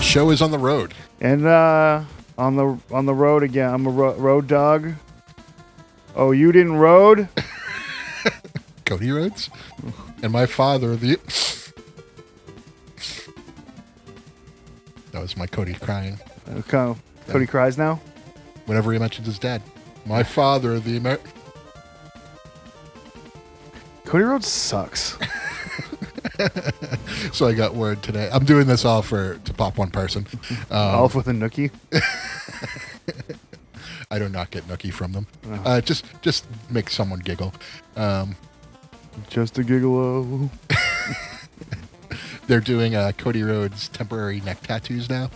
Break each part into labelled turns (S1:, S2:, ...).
S1: show is on the road.
S2: And uh, on the on the road again. I'm a ro- road dog. Oh, you didn't road?
S1: Cody Rhodes and my father. The that was my Cody crying
S2: Okay. Uh, Cody cries now.
S1: whenever he mentioned his dad. My father, the Amer-
S2: Cody Rhodes sucks.
S1: so I got word today. I'm doing this all for to pop one person. Um,
S2: Off with a nookie.
S1: I do not get nookie from them.
S2: No.
S1: Uh, just just make someone giggle. Um,
S2: Just a gigolo.
S1: they're doing uh, Cody Rhodes temporary neck tattoos now.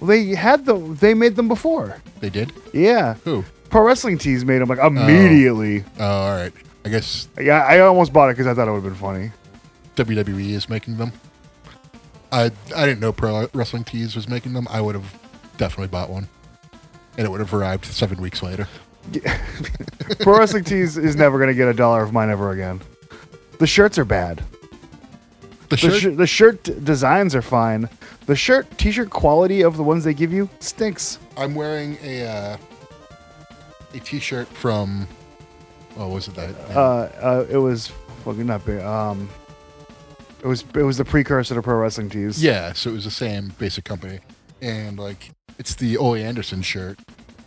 S2: Well, they had them. They made them before.
S1: They did.
S2: Yeah.
S1: Who?
S2: Pro wrestling tees made them like immediately.
S1: Oh, all right. I guess
S2: Yeah, I almost bought it because I thought it would have been funny.
S1: WWE E is making them. I I didn't know Pro Wrestling Tees was making them. I would have definitely bought one, and it would have arrived seven weeks later.
S2: Pro wrestling tees is never gonna get a dollar of mine ever again. The shirts are bad.
S1: The
S2: The
S1: shirt,
S2: shirt, the shirt d- designs are fine. The shirt t-shirt quality of the ones they give you stinks.
S1: I'm wearing a uh, a T-shirt from. Oh, was it that?
S2: Uh, uh, it was fucking not big. Um, it was it was the precursor to pro wrestling tees.
S1: Yeah, so it was the same basic company, and like it's the Ole Anderson shirt,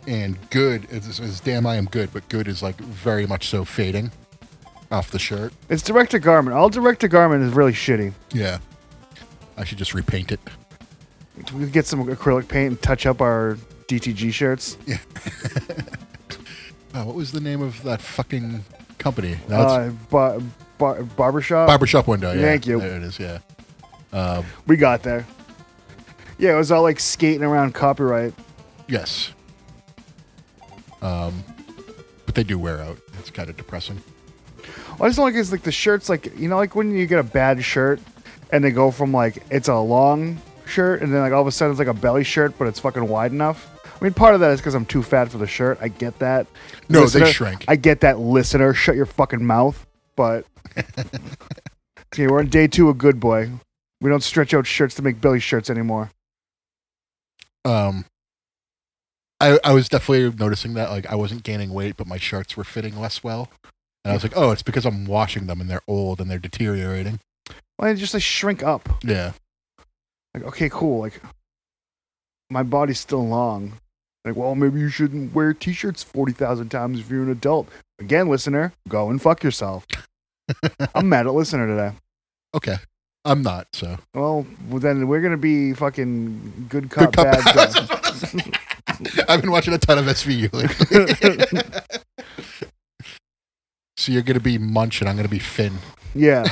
S1: and good is, is damn I am good, but good is like very much so fading off the shirt.
S2: it's direct to garment. All direct to garment is really shitty.
S1: Yeah, I should just repaint it.
S2: We could get some acrylic paint and touch up our DTG shirts.
S1: Oh, what was the name of that fucking company? Now it's
S2: Uh, bar, bar, barbershop.
S1: Barbershop Window. Yeah,
S2: thank you.
S1: There it is. Yeah,
S2: we got there. Yeah, it was all like skating around copyright.
S1: yes. Um, but they do wear out. It's kind of depressing.
S2: I just don't like is like the shirts like you know like when you get a bad shirt and they go from like it's a long shirt and then like all of a sudden it's like a belly shirt but it's fucking wide enough. I mean, part of that is because I'm too fat for the shirt. I get that.
S1: No, they shrink.
S2: I get that, listener. Shut your fucking mouth. But okay, we're on day two of Good Boy. We don't stretch out shirts to make belly shirts anymore.
S1: um I, I was definitely noticing that like I wasn't gaining weight, but my shirts were fitting less well, and I was like, "Oh, it's because I'm washing them and they're old and they're deteriorating."
S2: Why don't you just like shrink up?
S1: Yeah,
S2: Like, okay, cool. Like, my body's still long. Like, well, maybe you shouldn't wear t shirts 40,000 times if you're an adult. Again, listener, go and fuck yourself. I'm mad at listener today.
S1: okay, I'm not so.
S2: Well, well, then we're going to be fucking good
S1: Good
S2: cop,
S1: cop,
S2: bad
S1: I was
S2: cop.
S1: just about to say. I've been watching a ton of SVU lately. so you're gonna be Munch and I'm gonna be Finn.
S2: Yeah.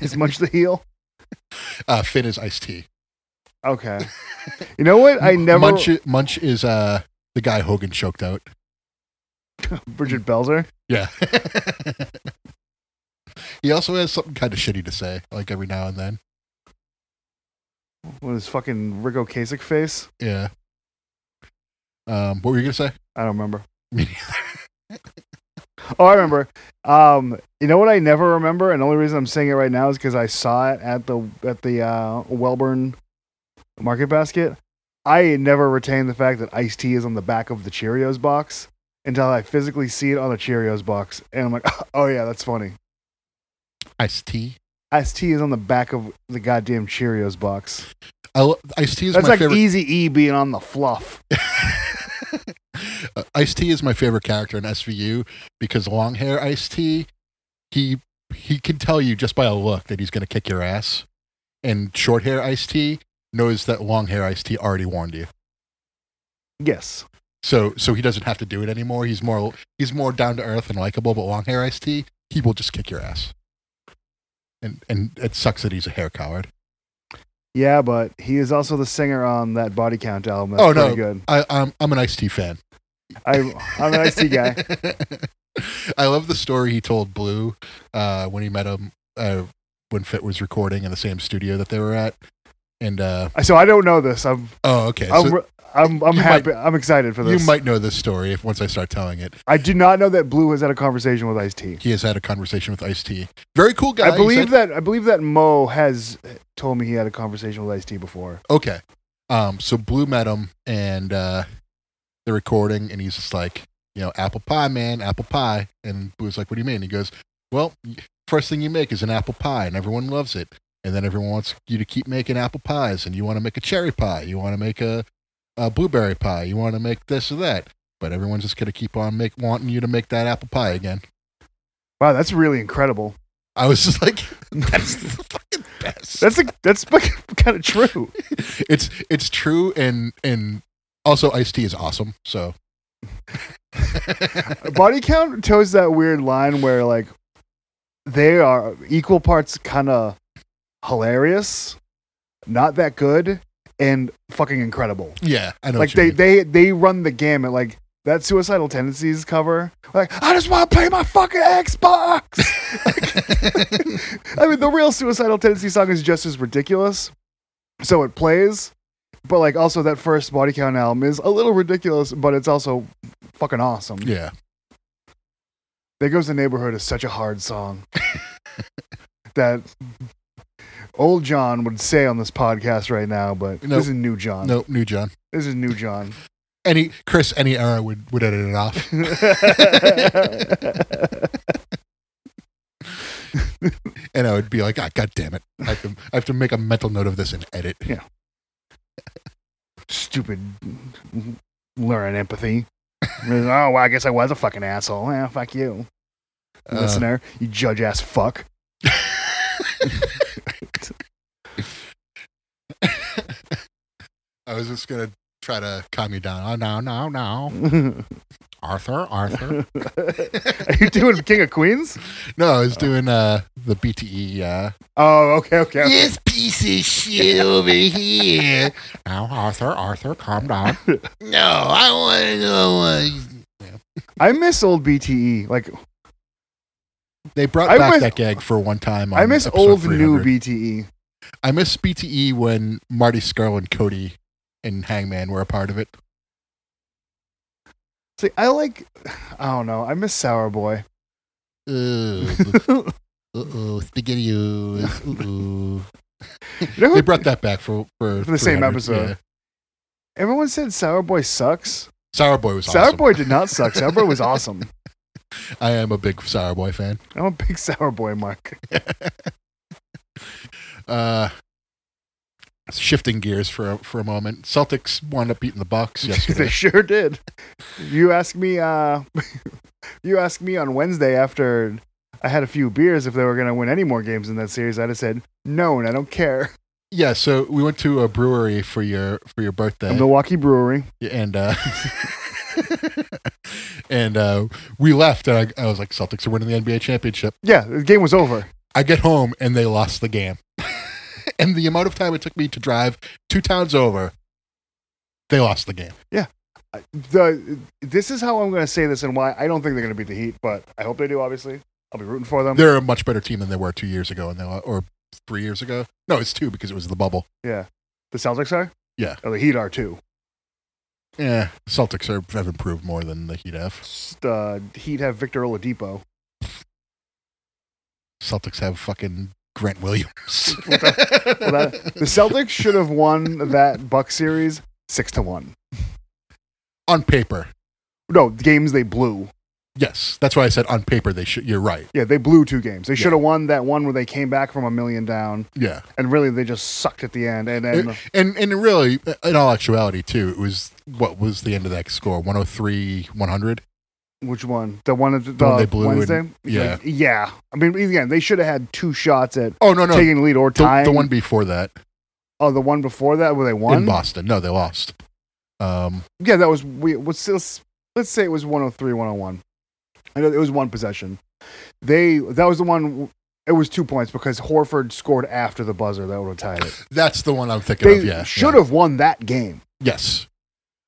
S2: Is Munch the heel?
S1: Uh, Finn is Ice T.
S2: Okay. You know what? I never.
S1: Munch. Munch is uh the guy Hogan choked out.
S2: Bridget Belzer.
S1: Yeah. he also has something kind of shitty to say, like every now and then.
S2: With his fucking Rico Kasich face.
S1: Yeah. Um, what were you gonna say?
S2: I don't remember.
S1: Me
S2: oh, I remember. Um, you know what I never remember, and the only reason I'm saying it right now is because I saw it at the at the uh, Welburn Market Basket. I never retained the fact that iced tea is on the back of the Cheerios box until I physically see it on the Cheerios box, and I'm like, oh yeah, that's funny.
S1: Iced tea.
S2: Iced tea is on the back of the goddamn Cheerios box.
S1: I lo- iced tea is
S2: That's
S1: my
S2: like
S1: favorite.
S2: Easy E being on the fluff.
S1: Uh, iced tea is my favorite character in SVU because long hair iced tea, he he can tell you just by a look that he's gonna kick your ass, and short hair iced tea knows that long hair iced tea already warned you.
S2: Yes.
S1: So so he doesn't have to do it anymore. He's more he's more down to earth and likable. But long hair iced tea, he will just kick your ass. And and it sucks that he's a hair coward.
S2: Yeah, but he is also the singer on that Body Count album. That's
S1: Oh, no.
S2: pretty good.
S1: I, I'm I'm an iced tea fan.
S2: I, I'm an iced tea guy.
S1: I love the story he told Blue uh, when he met him uh, when Fit was recording in the same studio that they were at. And uh,
S2: So I don't know this. I'm
S1: oh, okay.
S2: I'm
S1: So
S2: re- I'm, I'm
S1: you
S2: happy. I'm excited for
S1: you
S2: this.
S1: might know this story if once I start telling it.
S2: I do not know that Blue has had a conversation with Ice T.
S1: He has had a conversation with Ice T. Very cool guy.
S2: I
S1: He's
S2: believe
S1: had-
S2: that I believe that Mo has told me he had a conversation with Ice T before.
S1: okay. Um, so Blue met him and uh, they're recording, and he's just like, you know, apple pie, man, apple pie. And Blue's like, what do you mean? He goes, well, first thing you make is an apple pie, and everyone loves it. And then everyone wants you to keep making apple pies, and you want to make a cherry pie, you want to make a, a blueberry pie, you want to make this or that. But everyone's just gonna keep on make wanting you to make that apple pie again.
S2: Wow, that's really incredible.
S1: I was just like, that's the fucking best.
S2: That's a, that's kind of true.
S1: it's it's true and and also iced tea is awesome so
S2: Body count toes that weird line where like they are equal parts kind of hilarious, not that good, and fucking incredible.
S1: yeah i know
S2: like
S1: what you
S2: they,
S1: mean.
S2: they they run the gamut. Like that suicidal tendencies cover. Like I just want to play my fucking Xbox. I mean, the real suicidal tendency song is just as ridiculous. So it plays, but like also that first body count album is a little ridiculous, but it's also fucking awesome.
S1: yeah
S2: There goes the neighborhood is such a hard song that old John would say on this podcast right now, but
S1: Nope.
S2: this is new John.
S1: nope new john
S2: This is new John.
S1: any chris any error would would edit it off and i would be like ah, god damn it I have, to, I have to make a mental note of this and edit
S2: Stupid learn empathy. oh, well, I guess I was a fucking asshole. Yeah, fuck you,
S1: Uh,
S2: listener. You judge ass fuck.
S1: i was just gonna try to calm you down oh no no no
S2: Are
S1: arthur arthur
S2: you doing King of Queens?
S1: no i was doing uh the bte uh
S2: Oh, okay, okay. okay.
S1: This piece of shit over here. Now, Arthur, Arthur, calm down. No, I want to know.
S2: I miss old BTE. Like
S1: They brought
S2: I
S1: back
S2: miss-
S1: that gag for one time. On
S2: I miss
S1: episode
S2: old new E.
S1: 300.
S2: BTE.
S1: I miss BTE when Marty Skrull and Cody and Hangman were a part of it.
S2: See, I like. I don't know. I miss Sour Boy.
S1: Uh
S2: you
S1: oh, spaghettios. Ooh.
S2: know
S1: They
S2: who,
S1: brought that back for for,
S2: For the same
S1: 300,
S2: episode.
S1: yeah.
S2: everyone said Sour Boy sucks.
S1: Sour Boy was
S2: Sour
S1: awesome.
S2: Boy did not suck. Sour Boy was awesome.
S1: I am a big Sour Boy fan.
S2: I'm a big Sour Boy, Mark.
S1: Uh, shifting gears for a, for a moment, Celtics wound up beating the Bucks
S2: they
S1: yesterday.
S2: sure did. You asked me. Uh, you asked me on Wednesday after I had a few beers if they were going to win any more games in that series. I'd have said no, and I don't care.
S1: yeah, so we went to a brewery for your for your birthday,
S2: Milwaukee Brewery.
S1: and uh, and uh, we left, and I, I was like, Celtics are winning the NBA championship.
S2: Yeah, the game was over.
S1: I get home, and they lost the game. and the amount of time it took me to drive two towns over, they lost the game.
S2: The this is how I'm going to say this and why I don't think they're going to beat the Heat, but I hope they do. Obviously, I'll be rooting for them.
S1: They're a much better team than they were two years ago, and they lo- or three years ago. No, it's two because it was the bubble.
S2: The Celtics are?
S1: Yeah.
S2: Oh, the Heat are too.
S1: Yeah, Celtics are, have improved more than the Heat have.
S2: The uh, Heat have Victor Oladipo.
S1: Celtics have fucking Grant Williams.
S2: Well, that- the Celtics should have won that Buck series six to one.
S1: on paper,
S2: No, the games they blew.
S1: yes, that's why I said on paper they should. You're right.
S2: Yeah, they blew two games. They should
S1: Yeah.
S2: have won that one where they came back from a million down,
S1: Yeah,
S2: and really they just sucked at the end. And then
S1: and and really, in all actuality, too, it was what was the end of that score? 103, 100.
S2: which one? The one at the, uh,
S1: The one they blew
S2: Wednesday.
S1: yeah.
S2: Like, yeah. I mean, again, they should have had two shots at
S1: Oh no, no,
S2: taking the lead or
S1: the,
S2: tying.
S1: the one before that
S2: oh, the one before that where they
S1: in
S2: won.
S1: Boston. No, they lost. Um,
S2: Yeah, that was we what's this let's say it was 103 101. I know it was one possession. They that was the one it was two points because Horford scored after the buzzer that would have tied it.
S1: that's the one I'm thinking
S2: They
S1: of. Yeah,
S2: should
S1: yeah.
S2: have won that game.
S1: Yes.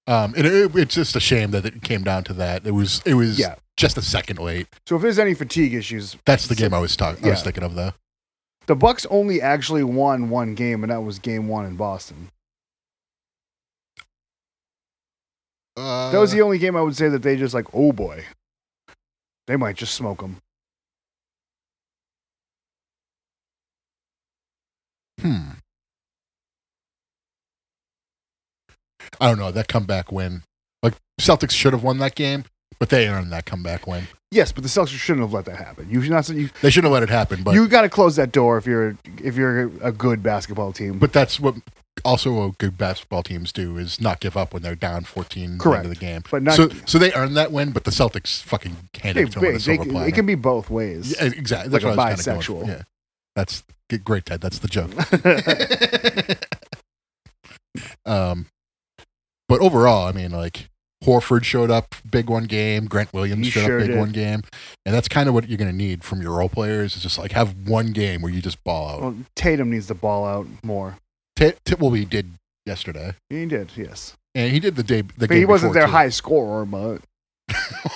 S1: Um, and it, it's just a shame that it came down to that. It was it was
S2: Yeah.
S1: just a second late.
S2: So if there's any fatigue issues,
S1: That's the
S2: So-
S1: game I was talking. I was
S2: yeah.
S1: thinking of though.
S2: the Bucks only actually won one game, and that was Game One in Boston.
S1: Uh,
S2: That was the only game I would say that they just like, oh boy, they might just smoke them.
S1: hmm. I don't know that comeback win. Like Celtics should have won that game, but they earned that comeback win.
S2: Yes, but the Celtics shouldn't have let that happen. You should not. You,
S1: They should have let it happen, but
S2: you got to close that door if you're if you're a good basketball team.
S1: but that's what also what good basketball teams do is not give up when they're down 14
S2: Correct.
S1: into the game.
S2: But not-
S1: so so they earned that win, but the Celtics fucking handed
S2: Hey,
S1: it to them on
S2: big,
S1: a
S2: they-
S1: silver
S2: it
S1: platter.
S2: can be both ways.
S1: Yeah, exactly.
S2: like
S1: That's
S2: a
S1: what I was kinda going
S2: bisexual.
S1: for. Yeah. That's g- great, Ted. That's the joke. um, but overall, I mean, like Horford showed up big one game. Grant Williams
S2: He
S1: showed
S2: sure
S1: up big
S2: did.
S1: one game, and that's kind of what you're going to need from your role players. Is just like have one game where you just ball out.
S2: well, Tatum needs to ball out more.
S1: Tit Tit well, he did yesterday,
S2: He did, yes,
S1: and he did the day. The
S2: but
S1: game
S2: he wasn't
S1: before,
S2: their
S1: too.
S2: high scorer. But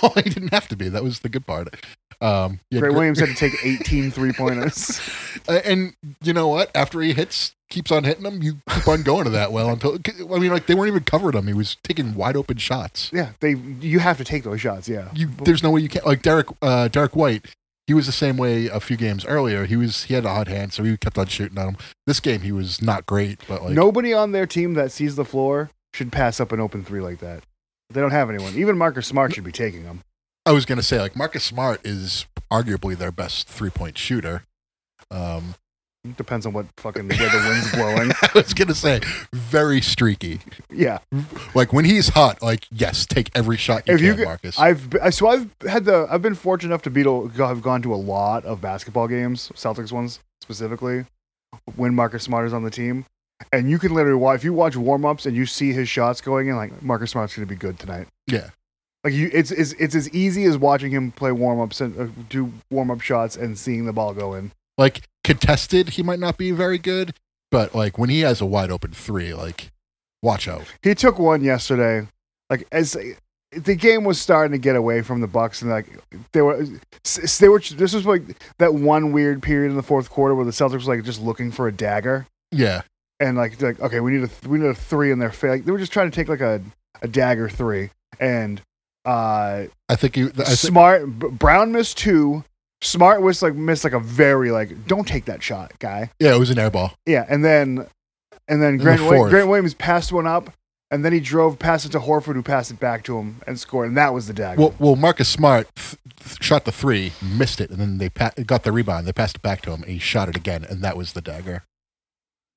S1: well, he didn't have to be. That was the good part. Um, yeah,
S2: Grant
S1: Gr-
S2: Williams had to take 18 three pointers.
S1: Uh, and you know what? After he hits, keeps on hitting them. You keep on going to that well until I mean, like they weren't even covering him. He was taking wide open shots.
S2: yeah, they you have to take those shots. Yeah,
S1: You, there's no way you can't. Like Derek, uh, Derek White, he was the same way a few games earlier. He was he had a hot hand, so he kept on shooting at him. This game, he was not great, but like
S2: nobody on their team that sees the floor should pass up an open three like that. They don't have anyone. Even Marcus Smart should be taking them.
S1: I was gonna say, like Marcus Smart is arguably their best three point shooter. Um,
S2: Depends on what fucking where the wind's blowing.
S1: I was gonna say very streaky.
S2: Yeah,
S1: Like when he's hot, like yes, take every shot you
S2: If you
S1: can,
S2: could-
S1: Marcus.
S2: I've be- so I've had the I've been fortunate enough to be to go- have gone to a lot of basketball games, Celtics ones specifically, when Marcus Smart is on the team, and you can literally watch if you watch warm ups and you see his shots going in, like Marcus Smart's going to be good tonight.
S1: Yeah.
S2: like you, it's it's it's as easy as watching him play warm ups and uh, do warm up shots and seeing the ball go in.
S1: like contested he might not be very good but like when he has a wide open three like watch out
S2: He took one yesterday. Like as the game was starting to get away from the Bucks, and like they were, s- they were. This was like that one weird period in the fourth quarter where the Celtics was like just looking for a dagger,
S1: yeah
S2: and like they're like okay, we need a th- we need a three in their face. Like, they were just trying to take like a a dagger three, and uh,
S1: i think you I think
S2: smart B- Brown missed two. Smart was like missed like a very like don't take that shot, guy.
S1: yeah it was an air ball
S2: Yeah, and then and then
S1: the
S2: Grant, Wi-
S1: fourth.
S2: Grant Williams passed one up, and then he drove past it to Horford, who passed it back to him and scored, and that was the dagger.
S1: well, well marcus smart th- th- shot the three missed it and then they pa- got the rebound they passed it back to him and he shot it again and that was the dagger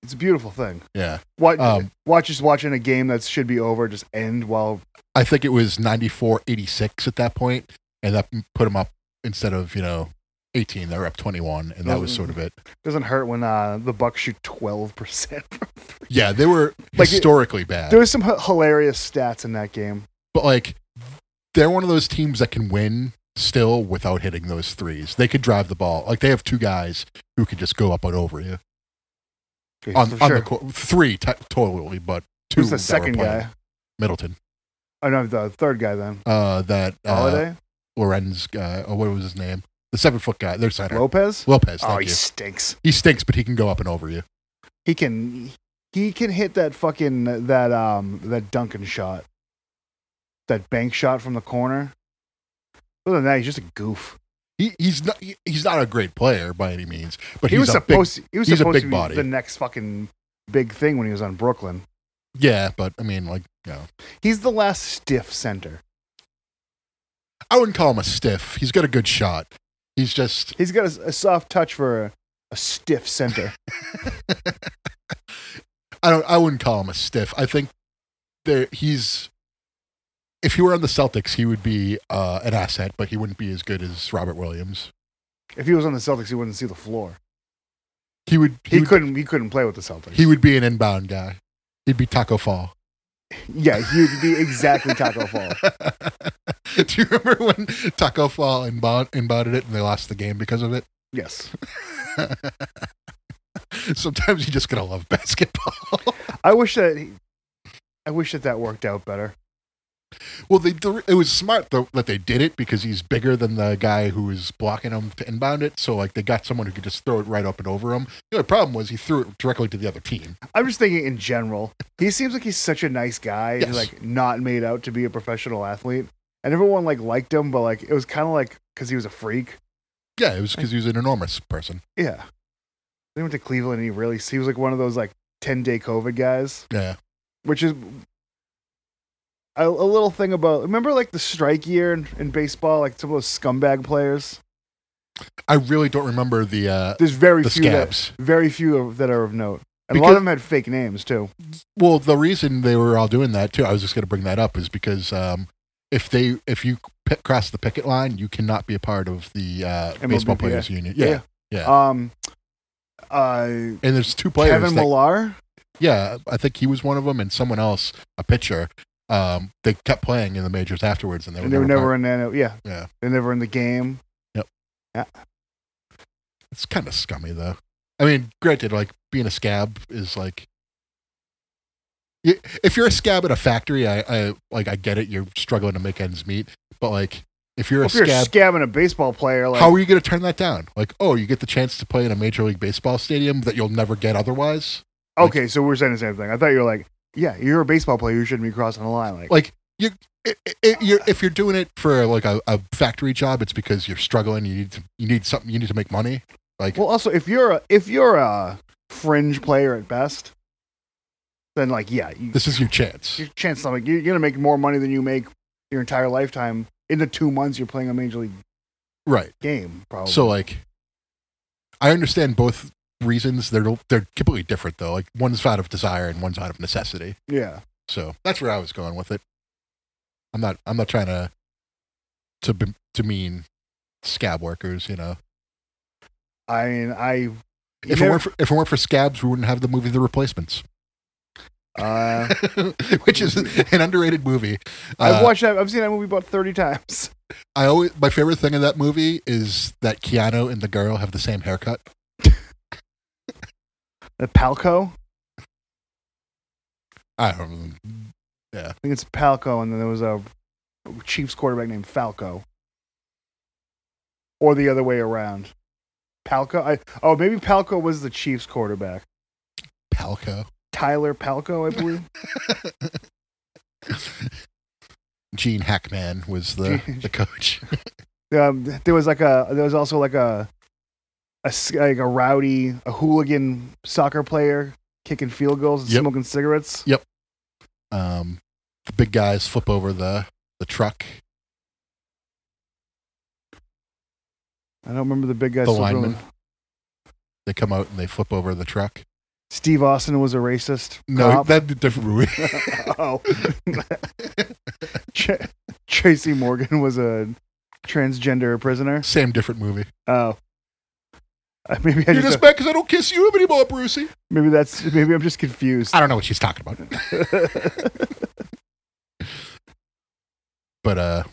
S2: it's a beautiful thing.
S1: yeah
S2: What
S1: Um,
S2: watch just watching a game that should be over just end while
S1: i think it was 94 86 at that point and that put him up instead of you know 18 they were up 21 and that was sort of it
S2: doesn't hurt when uh, the Bucks shoot twelve percent.
S1: yeah they were
S2: Like, it-
S1: historically bad
S2: There was some h- hilarious stats in that game.
S1: but like they're one of those teams that can win still without hitting those threes. They could drive the ball. Like they have two guys who could just go up and over you on,
S2: For
S1: on
S2: sure.
S1: the court. Three t- totally, but two.
S2: Who's
S1: that were
S2: the second
S1: playing.
S2: guy?
S1: Middleton.
S2: Oh no, the third guy then.
S1: Uh, that uh,
S2: Holiday
S1: Lorenz guy. Or what was his name? The seven foot guy. Their center.
S2: Lopez.
S1: Lopez.
S2: oh,
S1: Thank
S2: he
S1: you.
S2: stinks.
S1: He stinks, but he can go up and over you.
S2: He can he can hit that fucking that um that Duncan shot. That bank shot from the corner. Other than that, he's just a goof.
S1: He, he's not. He, he's not a great player by any means, but
S2: He
S1: he's
S2: was
S1: a big,
S2: supposed he was
S1: he's a
S2: supposed
S1: big
S2: to be
S1: body.
S2: the next fucking big thing when he was on Brooklyn.
S1: Yeah, but I mean, like, you know,
S2: He's the last stiff center.
S1: I wouldn't call him a stiff. He's got a good shot. He's just
S2: He's got a, s- a soft touch for a, a stiff center.
S1: I don't. I wouldn't call him a stiff. I think there he's. If he were on the Celtics, he would be uh, an asset, but he wouldn't be as good as Robert Williams.
S2: if he was on the Celtics, he wouldn't see the floor.
S1: He would. He,
S2: He,
S1: would,
S2: couldn't he couldn't play with the Celtics.
S1: He would be an inbound guy. He'd be Taco Fall.
S2: yeah, he would be exactly Taco Fall.
S1: Do you remember when Taco Fall inbound, inbounded it and they lost the game because of it?
S2: Yes.
S1: Sometimes you just gotta love basketball.
S2: I wish that I wish that that worked out better.
S1: Well, they dir- it was smart though that they did it because he's bigger than the guy who was blocking him to inbound it. So like they got someone who could just throw it right up and over him. The only problem was he threw it directly to the other team.
S2: I'm just thinking in general. He seems like he's such a nice guy. He's
S1: Yes.
S2: like not made out to be a professional athlete, and everyone like liked him, but like it was kind of like because he was a freak.
S1: Yeah, it was because he was an enormous person.
S2: Yeah, they went to Cleveland, and he really he was like one of those like ten day COVID guys,
S1: Yeah,
S2: which is a, a little thing about. Remember like the strike year in, in baseball, like some of those scumbag players.
S1: I really don't remember the uh,
S2: There's very
S1: the
S2: few that
S1: scabs.
S2: very few of, that are of note, and a lot
S1: Because-
S2: of them had fake names too.
S1: Well, the reason they were all doing that too, I was just going to bring that up, is because um, if they if you p- cross the picket line, you cannot be a part of the uh, baseball
S2: MLBPA.
S1: players union. Yeah.
S2: Yeah. Um, uh,
S1: and there's two players.
S2: Kevin
S1: that-
S2: Millar.
S1: yeah, I think he was one of them, and someone else, a pitcher. Um, they kept playing in the majors afterwards, and they were
S2: and they were
S1: never. part-
S2: never in the yeah
S1: Yeah.
S2: they're never in the game
S1: It's kind of scummy, though. I mean, granted, like being a scab is like. Y- If you're a scab at a factory, I, I like I get it. You're struggling to make ends meet, but like if you're a
S2: if you're
S1: scab
S2: scabbing a baseball player like
S1: how are you going to turn that down? Like, oh, you get the chance to play in a major league baseball stadium that you'll never get otherwise.
S2: okay so we're saying the same thing i thought you were like yeah you're a baseball player you shouldn't be crossing the line like,
S1: Like- I i i- you're, if you're doing it for like a, a factory job, it's because you're struggling. You need to, you need something. You need to make money. Like,
S2: well also if you're a if you're a fringe player at best then like yeah you,
S1: this is your chance.
S2: your chance like you're gonna make more money than you make your entire lifetime in the two months you're playing a major league
S1: Right.
S2: game probably
S1: So like, I understand both reasons. They're they're completely different though. Like one's out of desire and one's out of necessity.
S2: yeah
S1: So that's where I was going with it. I'm not I'm not trying to to be- demean scab workers. You know,
S2: i mean i
S1: If it,
S2: never-
S1: weren't for, if it weren't for scabs, we wouldn't have the movie The Replacements,
S2: uh,
S1: which is an underrated movie. Uh,
S2: i've watched that i've seen that movie about 30 times
S1: I always my favorite thing in that movie is that Keanu and the girl have the same haircut.
S2: the palco
S1: I don't.
S2: I think it's Palco, and then there was a Chiefs quarterback named Falco, or the other way around. Palco. I, oh, maybe Palco was the Chiefs quarterback.
S1: Palco.
S2: Tyler Palco, I believe.
S1: Gene Hackman was the,
S2: Gene-
S1: the coach.
S2: um, there was like a there was also like a, a s- like a rowdy a hooligan soccer player kicking field goals and
S1: Yep.
S2: smoking cigarettes.
S1: Um, the big guys flip over the the truck.
S2: I don't remember the big guy.
S1: The
S2: so-
S1: lineman. They come out and they flip over the truck.
S2: Steve Austin was a racist.
S1: No,
S2: cop.
S1: that's a different movie.
S2: oh. Tra- Tracy Morgan was a transgender prisoner.
S1: Same different movie.
S2: Oh. Uh, maybe I
S1: You're
S2: just,
S1: just mad because I don't kiss you anymore, Brucey.
S2: maybe that's maybe I'm just confused.
S1: I don't know what she's talking about. But uh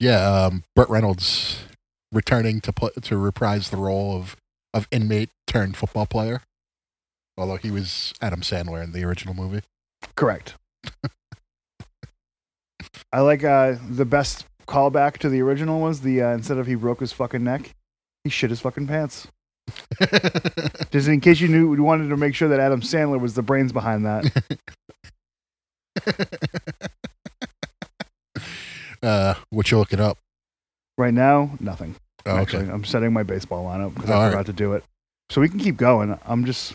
S1: Yeah, um Burt Reynolds returning to pl- to reprise the role of of inmate turned football player. Although he was Adam Sandler in the original movie.
S2: Correct. I like uh, the best callback to the original was the uh, instead of he broke his fucking neck, he shit his fucking pants. Just in case you knew, we wanted to make sure that Adam Sandler was the brains behind that.
S1: uh what you looking up?
S2: Right now, nothing.
S1: Oh,
S2: Actually,
S1: okay.
S2: I'm setting my baseball lineup because
S1: All
S2: I
S1: right.
S2: forgot to do it. So we can keep going. I'm just,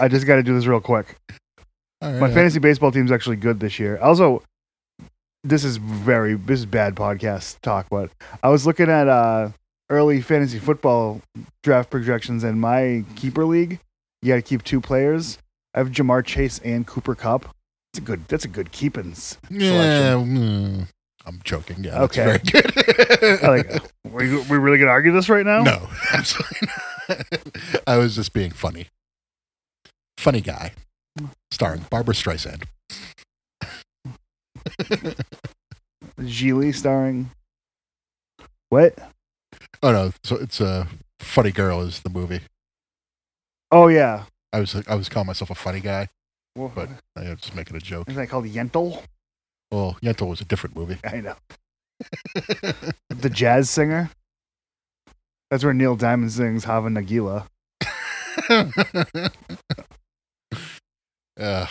S2: I just got to do this real quick.
S1: All
S2: My
S1: right.
S2: fantasy baseball team's actually good this year. Also, this is very this is bad podcast talk, but I was looking at uh early fantasy football draft projections in my keeper league. You got to keep two players. I have Jamar Chase and Cooper Cup. That's a good. That's a good keepings.
S1: yeah, mm, I'm joking. Yeah, that's
S2: Okay.
S1: very good.
S2: I like, we we really gonna argue this right now?
S1: No, absolutely not. I was just being funny. Funny guy, starring Barbara Streisand.
S2: Gigli starring. What?
S1: Oh no, so it's a uh, funny girl is the movie.
S2: Oh yeah.
S1: I was I was calling myself a funny guy.
S2: Well,
S1: But- I was just making a joke.
S2: isn't that called Yentl?
S1: Well, Yentl was a different movie.
S2: I know. The jazz singer. That's where Neil Diamond sings Hava Nagila.
S1: uh,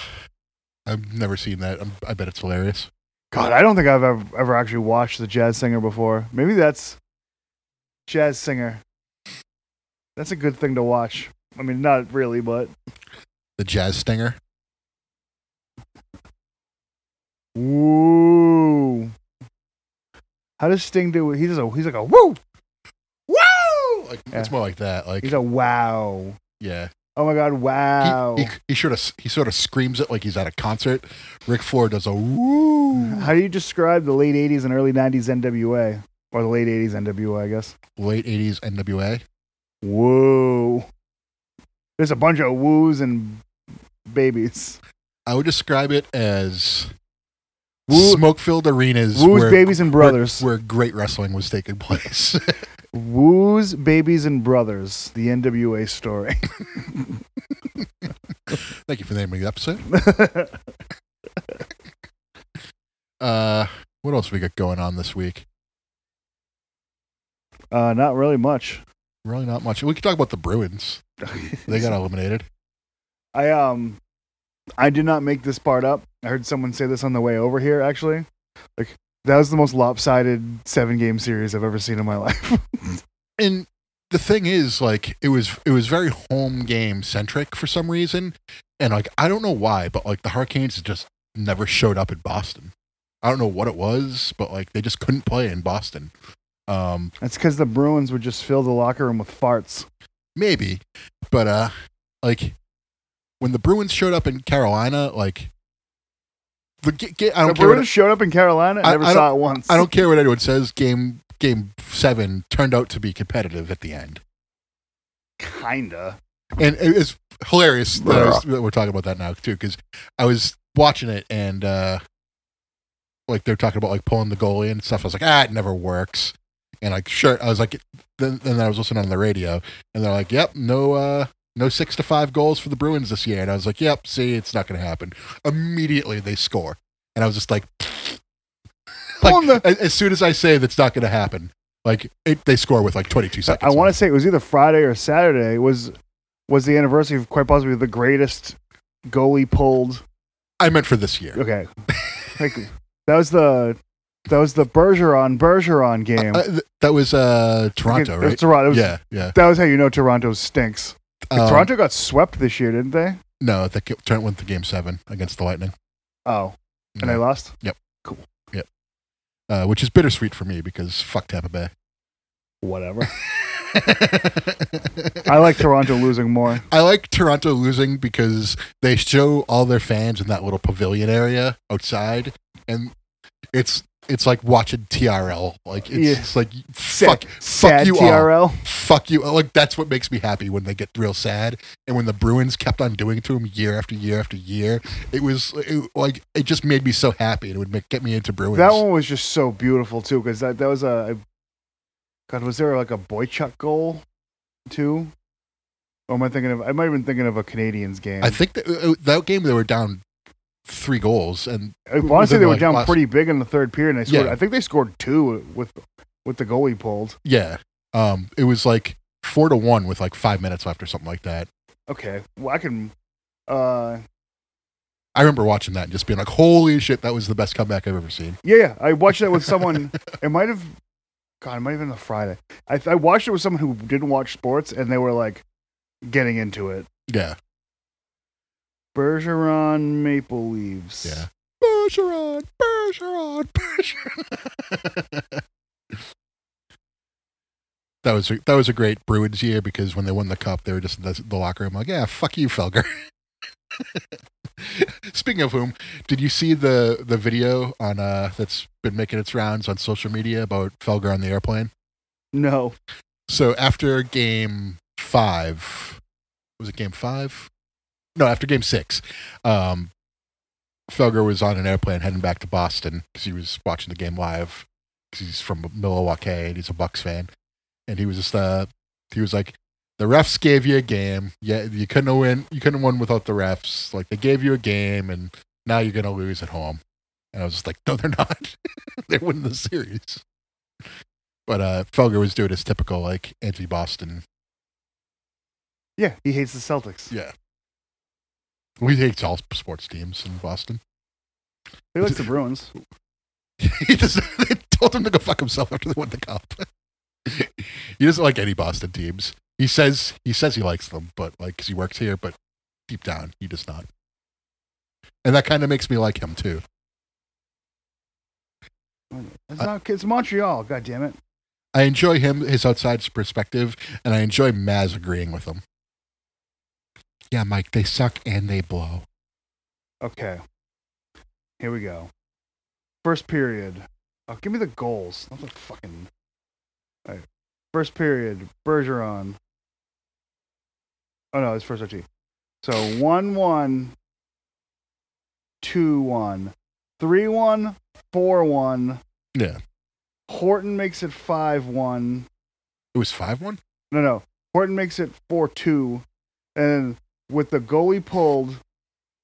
S1: I've never seen that. I'm, I bet it's hilarious.
S2: God, I don't think I've ever, ever actually watched the jazz singer before. Maybe that's jazz singer. That's a good thing to watch. I mean, not really, but
S1: The Jazz Stinger.
S2: Woo. How does Sting do it? He does a he's like a woo.
S1: Woo! Like,
S2: Yeah.
S1: It's more like that. Like,
S2: He's a wow.
S1: yeah.
S2: Oh my god,
S1: He-
S2: wow.
S1: He, he, sort of he sort of screams it like he's at a concert. Rick Flair does a woo.
S2: How do you describe the late 80s and early 90s NWA or the late 80s NWA, I guess?
S1: Late '80s NWA.
S2: Woo. There's a bunch of woos and babies.
S1: I would describe it as
S2: Woo,
S1: smoke-filled arenas
S2: woos,
S1: where,
S2: babies and
S1: where-
S2: brothers.
S1: where great wrestling was taking place.
S2: Woos, babies and brothers. The NWA story.
S1: Thank you for naming the episode. Uh, what else we got going on this week?
S2: uh, not really much.
S1: Really, not much. We could talk about the Bruins. They got eliminated.
S2: I um I did not make this part up. I heard someone say this on the way over here actually. Like that was the most lopsided seven game series I've ever seen in my life.
S1: And the thing is, like, it was it was very home game centric for some reason, and like I don't know why, but like the Hurricanes just never showed up in Boston. I don't know what it was, but like they just couldn't play in Boston. Um,
S2: That's cuz the Bruins would just fill the locker room with farts.
S1: maybe, but uh, like when the Bruins showed up in Carolina, like the ga- ga- I
S2: The
S1: don't care. what
S2: Bruins showed up in Carolina and
S1: I-
S2: never
S1: I
S2: saw it once.
S1: I don't care what anyone says. Game game seven turned out to be competitive at the end,
S2: kinda.
S1: and it- it's hilarious that, I was- that we're talking about that now too. Because I was watching it and uh, like they're talking about like pulling the goalie and stuff. I was like, ah, it never works. And like, sure, I was like, then, then I was listening on the radio, and they're like, yep, no, uh, no six to five goals for the Bruins this year. And I was like, yep, see, it's not going to happen. Immediately they score, and I was just like, Like,
S2: Pulling the-
S1: as, as soon as I say that's not going to happen, like it, they score with like 22
S2: I,
S1: seconds.
S2: want to say it was either Friday or Saturday was was the anniversary of quite possibly the greatest goalie pulled.
S1: I meant for this year.
S2: Okay. Like that was the that was the Bergeron Bergeron game.
S1: Uh, th- that was uh, Toronto,
S2: It was
S1: right?
S2: Toronto. It was-
S1: yeah, yeah.
S2: That was how you know Toronto stinks.
S1: Um,
S2: Toronto got swept this year, didn't they?
S1: No, I think it turned went to game seven against the Lightning,
S2: Oh, and
S1: Yeah.
S2: they lost.
S1: uh, which is bittersweet for me because fuck Tampa Bay.
S2: Whatever. I like Toronto losing more.
S1: I like Toronto losing because they show all their fans in that little pavilion area outside, and it's it's like watching TRL. Like it's,
S2: Yeah.
S1: it's like
S2: Sad-
S1: fuck,
S2: Sad
S1: fuck you all.
S2: TRL.
S1: fuck you. Like that's what makes me happy when they get real sad. And when the Bruins kept on doing to him year after year after year, it was it, like it just made me so happy. and It would make, get me into Bruins.
S2: That one was just so beautiful too, because that that was a. God, was there like a Boychuk goal, too? Or am I thinking of? I might have been thinking of a Canadians game.
S1: I think that, uh, that game they were down three goals, and
S2: I- honestly, they were
S1: like,
S2: down
S1: last-
S2: pretty big in the third period. and They scored.
S1: Yeah.
S2: I think they scored two with with the goalie pulled.
S1: yeah, um, it was like four to one with like five minutes left or something like that.
S2: Okay, well I can. Uh,
S1: I remember watching that and just being like, "Holy shit, that was the best comeback I've ever seen."
S2: Yeah, yeah. I watched that with someone. it might have, God, it might have been a Friday. I, I watched it with someone who didn't watch sports, and they were like getting into it.
S1: Yeah,
S2: Bergeron Maple Leaves.
S1: yeah. Bergeron, Bergeron, Bergeron. that was a, that was a great Bruins year because when they won the cup, they were just in the, the locker room like, "Yeah, fuck you, Felger." Speaking of whom, did you see the the video on uh that's been making its rounds on social media about Felger on the airplane?
S2: No.
S1: So after game five, was it game five? No, after game six, um, Felger was on an airplane heading back to Boston because he was watching the game live. 'cause he's from Milwaukee and he's a Bucks fan, and he was just uh, he was like, The refs gave you a game. Yeah, you couldn't have win. You couldn't have won without the refs. Like they gave you a game, and now you're gonna lose at home. And I was just like, no, they're not. they win the series. But uh, Felger was doing his typical like anti-Boston.
S2: Yeah, he hates the Celtics.
S1: Yeah, we hate all sports teams in Boston.
S2: He likes the Bruins.
S1: he just they told him to go fuck himself after they won the cup. he doesn't like any Boston teams. He says he says he likes them, but like 'cause he works here, but deep down he does not. And that kind of makes me like him too.
S2: It's,
S1: I-
S2: not, it's Montreal. God damn it.
S1: I enjoy him his outside perspective, and I enjoy Maz agreeing with him. Yeah, Mike, they suck and they blow.
S2: Okay. Here we go. First period. Oh, give me the goals. Not the fucking. All right. First period. Bergeron. Oh no, it's first OT. So one one, two one, three one, four one.
S1: Yeah,
S2: Horton makes it five one.
S1: it was five one.
S2: No, no. Horton makes it 4 2. And with the goalie pulled,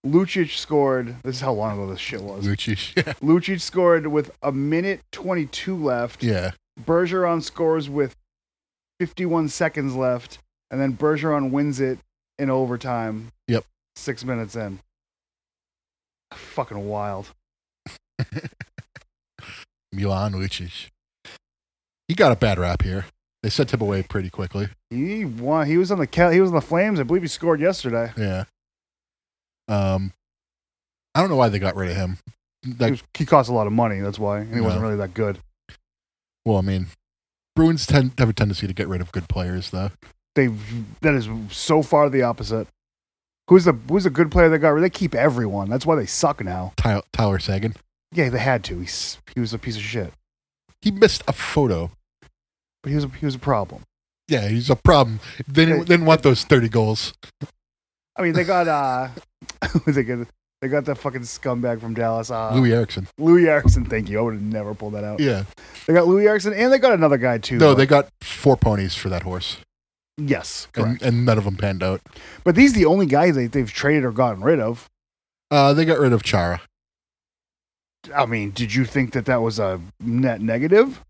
S2: Lucic scored. This is how long ago this shit was.
S1: Yeah,
S2: Lucic scored with a minute 22 left.
S1: yeah,
S2: Bergeron scores with 51 seconds left. And then Bergeron wins it in overtime.
S1: Yep.
S2: Six minutes in. Fucking wild.
S1: Milan Lucic. He got a bad rap here. They sent him away pretty quickly.
S2: He won. He was on the Cal- he was on the Flames. I believe he scored yesterday.
S1: Yeah. Um, I don't know why they got rid of him.
S2: He,
S1: That
S2: was- he cost a lot of money. That's why. And he wasn't
S1: No.
S2: really that good.
S1: well, I mean, Bruins tend have a tendency to get rid of good players, though.
S2: they that is so far the opposite. Who's the who's a good player that got rid? They keep everyone. That's why they suck now.
S1: Tyler, Tyler Sagan.
S2: Yeah, they had to. He's he was a piece of shit,
S1: He missed a photo.
S2: but he was a, he was a problem.
S1: Yeah, he's a problem. They didn't, they didn't want those thirty goals.
S2: I mean, they got uh, who's they got they got that fucking scumbag from Dallas, uh, Louis,
S1: Louis Erickson.
S2: Erickson. Thank you. I would have never pulled that out.
S1: Yeah.
S2: They got Louis Erickson, and they got another guy too.
S1: No,
S2: though.
S1: they got four ponies for that horse,
S2: yes,
S1: and,
S2: correct.
S1: and none of them panned out.
S2: but these the only guys they they've traded or gotten rid of.
S1: Uh, they got rid of Chara.
S2: I mean, did you think that that was a net negative?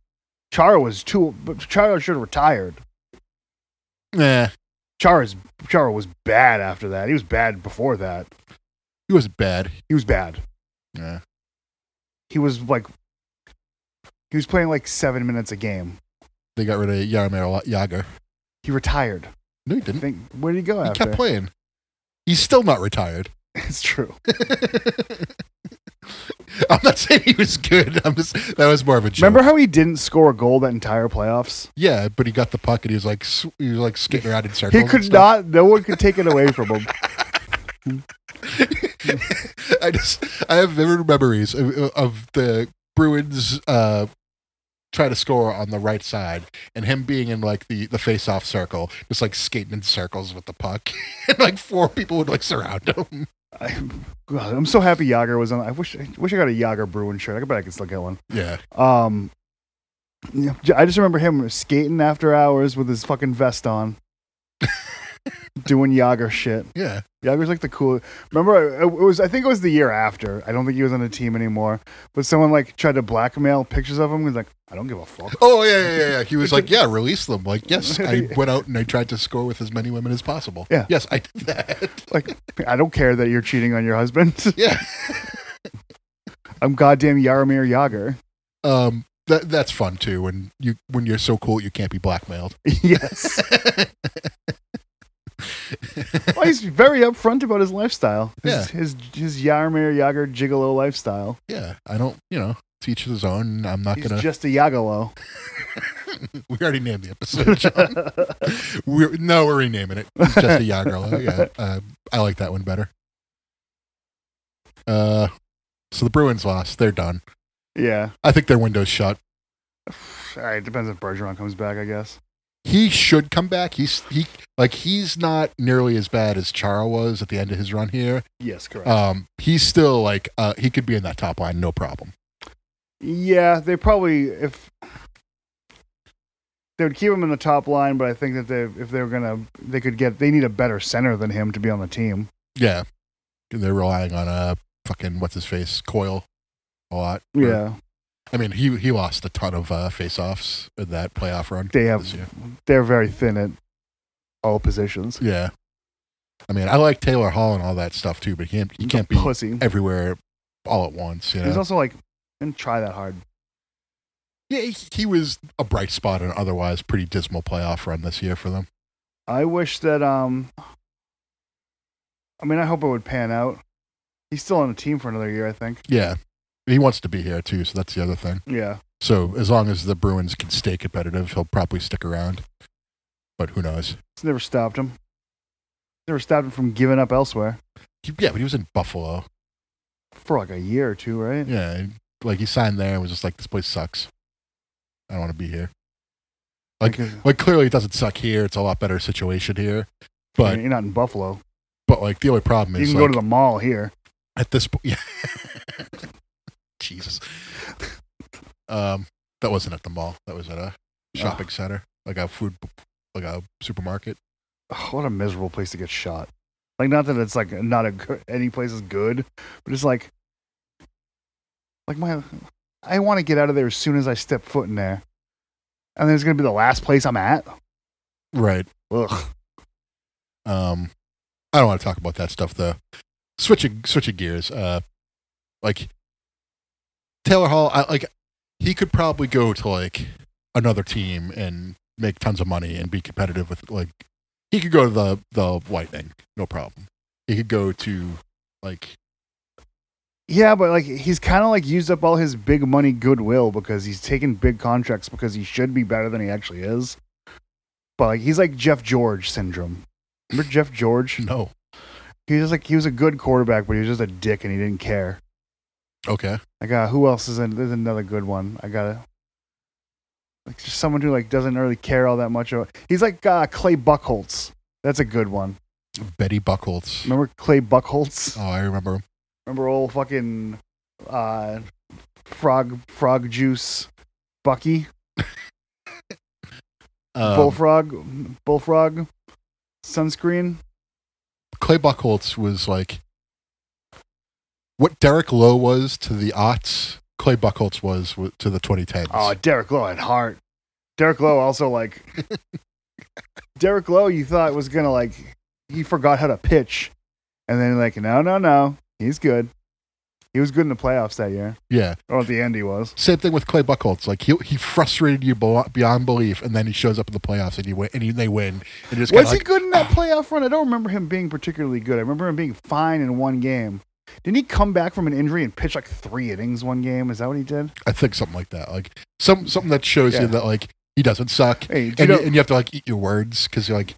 S2: Chara was too. But Chara should have retired.
S1: Nah,
S2: Chara's Chara was bad after that. He was bad before that.
S1: he was bad.
S2: He was bad.
S1: Yeah.
S2: He was like he was playing like seven minutes a game.
S1: They got rid of Yaromir Yager.
S2: He retired.
S1: No, he
S2: I
S1: didn't.
S2: think where did he go
S1: He
S2: after?
S1: kept playing. He's still not retired.
S2: it's true.
S1: I'm not saying he was good. I'm just that was more of a joke.
S2: Remember how he didn't score a goal that entire playoffs?
S1: Yeah, but he got the puck and he was like sw- he was like skating around in circles.
S2: He could not. No one could take it away from him.
S1: not. I just I have vivid memories of, of the Bruins uh, try to score on the right side and him being in like the the face off circle, just like skating in circles with the puck, and like four people would like surround him.
S2: I, God, I'm so happy Yager was on. I wish I wish I got a Yager Bruin shirt. I bet I could still get one.
S1: Yeah,
S2: Um, yeah, I just remember him skating after hours with his fucking vest on, doing Yager shit.
S1: yeah.
S2: Yager's like the cool. Remember, it it was I think it was the year after. I don't think he was on the team anymore. But someone like tried to blackmail pictures of him. He's like, I don't give a fuck.
S1: Oh yeah, yeah, yeah, yeah. He was like, "Yeah, release them." Like, yes, I went out and I tried to score with as many women as possible.
S2: Yeah.
S1: yes, I did that.
S2: Like, I don't care that you're cheating on your husband.
S1: Yeah,
S2: I'm goddamn Yaromir Yager.
S1: um, that that's fun too. When you when you're so cool, you can't be blackmailed.
S2: yes. Well, he's very upfront about his lifestyle. His, his his Yaromir Yager gigolo lifestyle.
S1: yeah, I don't. You know, teach his own. I'm not
S2: He's
S1: gonna.
S2: just a Yagolo.
S1: we already named the episode. John. we're no, we're renaming it. It's just a Yagerlo. Yeah, uh, I like that one better. Uh, so the Bruins lost. They're done.
S2: yeah.
S1: I think their window's shut.
S2: All right. Depends if Bergeron comes back, I guess.
S1: he should come back. He's he like he's not nearly as bad as Chara was at the end of his run here.
S2: Yes, correct.
S1: Um, he's still like uh, he could be in that top line, no problem.
S2: Yeah, they probably if they would keep him in the top line, but I think that they if they were gonna they could get they need a better center than him to be on the team.
S1: Yeah. They're relying on a fucking what's his face coil a lot.
S2: Yeah,
S1: I mean he he lost a ton of uh, face offs in that playoff run.
S2: they have
S1: this year.
S2: they're very thin at all positions.
S1: Yeah. I mean I like Taylor Hall and all that stuff too, but he can't he
S2: He's a
S1: can't be
S2: pussy.
S1: everywhere all at once. You know?
S2: He's also like didn't try that hard.
S1: yeah, he, he was a bright spot in an otherwise pretty dismal playoff run this year for them.
S2: I wish that um I mean I hope it would pan out. He's still on the team for another year, I think.
S1: Yeah. He wants to be here too, so that's the other thing.
S2: Yeah.
S1: So as long as the Bruins can stay competitive, he'll probably stick around. But who knows?
S2: It's never stopped him. Never stopped him from giving up elsewhere
S1: He, yeah, but he was in Buffalo.
S2: for like a year or two, right?
S1: Yeah, like he signed there and was just like, "This place sucks. I don't want to be here." Like,
S2: Because-
S1: like clearly it doesn't suck here. It's a lot better situation here.
S2: I
S1: But
S2: mean, you're not in Buffalo.
S1: but like the only problem
S2: You
S1: is
S2: can
S1: like,
S2: go to the mall here.
S1: at this point. Yeah. Jesus. Um, that wasn't at the mall. That was at a
S2: Ah.
S1: shopping center, like a food, like a supermarket.
S2: Ugh, what a miserable place to get shot. Like not that it's like not a good, any place is good, but it's like like my I want to get out of there as soon as I step foot in there. And then it's going to be the last place I'm at.
S1: Right.
S2: Ugh.
S1: Um, I don't want to talk about that stuff though. Switching switching gears. Uh, like Taylor Hall, I, like he could probably go to like another team and make tons of money and be competitive with like he could go to the the Lightning, no problem. He could go to like
S2: Yeah, but like he's kind of like used up all his big money goodwill because he's taken big contracts because he should be better than he actually is. But like he's like Jeff George syndrome. Remember Jeff George?
S1: no,
S2: He was just like he was a good quarterback, but he was just a dick and he didn't care.
S1: okay,
S2: Like uh, who else is in? There's another good one. I gotta like just someone who like doesn't really care all that much. About, he's like uh, Clay Buckholz. That's a good one.
S1: Betty Buckholz.
S2: Remember Clay Buckholz?
S1: Oh, I remember him.
S2: Remember old fucking uh, frog frog juice Bucky
S1: Um,
S2: bullfrog bullfrog sunscreen.
S1: Clay Buckholz was like what Derek Lowe was to the aughts. Clay Buckholz was w- to the 2010s.
S2: Oh, Derek Lowe at heart. Derek Lowe also like Derek Lowe. You thought was gonna like he forgot how to pitch, and then like no no no he's good. He was good in the playoffs that year.
S1: yeah.
S2: Or at the end he was.
S1: Same thing with Clay Buckholz. Like he he frustrated you be- beyond belief, and then he shows up in the playoffs and you win, and he, they win. And it's kind of
S2: Was he
S1: like,
S2: good in that playoff run? I don't remember him being particularly good. I remember him being fine in one game. Didn't he come back from an injury and pitch like three innings one game? Is that what he did?
S1: I think something like that. Like some something that shows
S2: Yeah.
S1: you that like he doesn't suck,
S2: Hey, do you
S1: and, you,
S2: know,
S1: and you have to like eat your words because you're like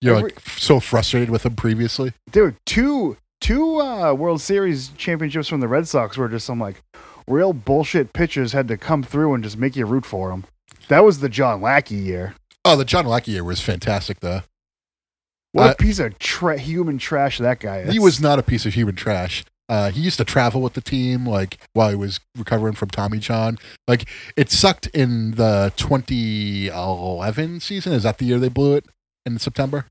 S1: you're
S2: Every-
S1: like f- so frustrated with him previously.
S2: there were two two uh, World Series championships from the Red Sox where just some like real bullshit pitchers had to come through and just make you root for them. That was the John Lackey year.
S1: Oh, the John Lackey year was fantastic though.
S2: What
S1: Uh,
S2: a piece of tra- human trash that guy is.
S1: He was not a piece of human trash. Uh, he used to travel with the team, like while he was recovering from Tommy John. Like it sucked in the 2011 season. Is that the year they blew it in September?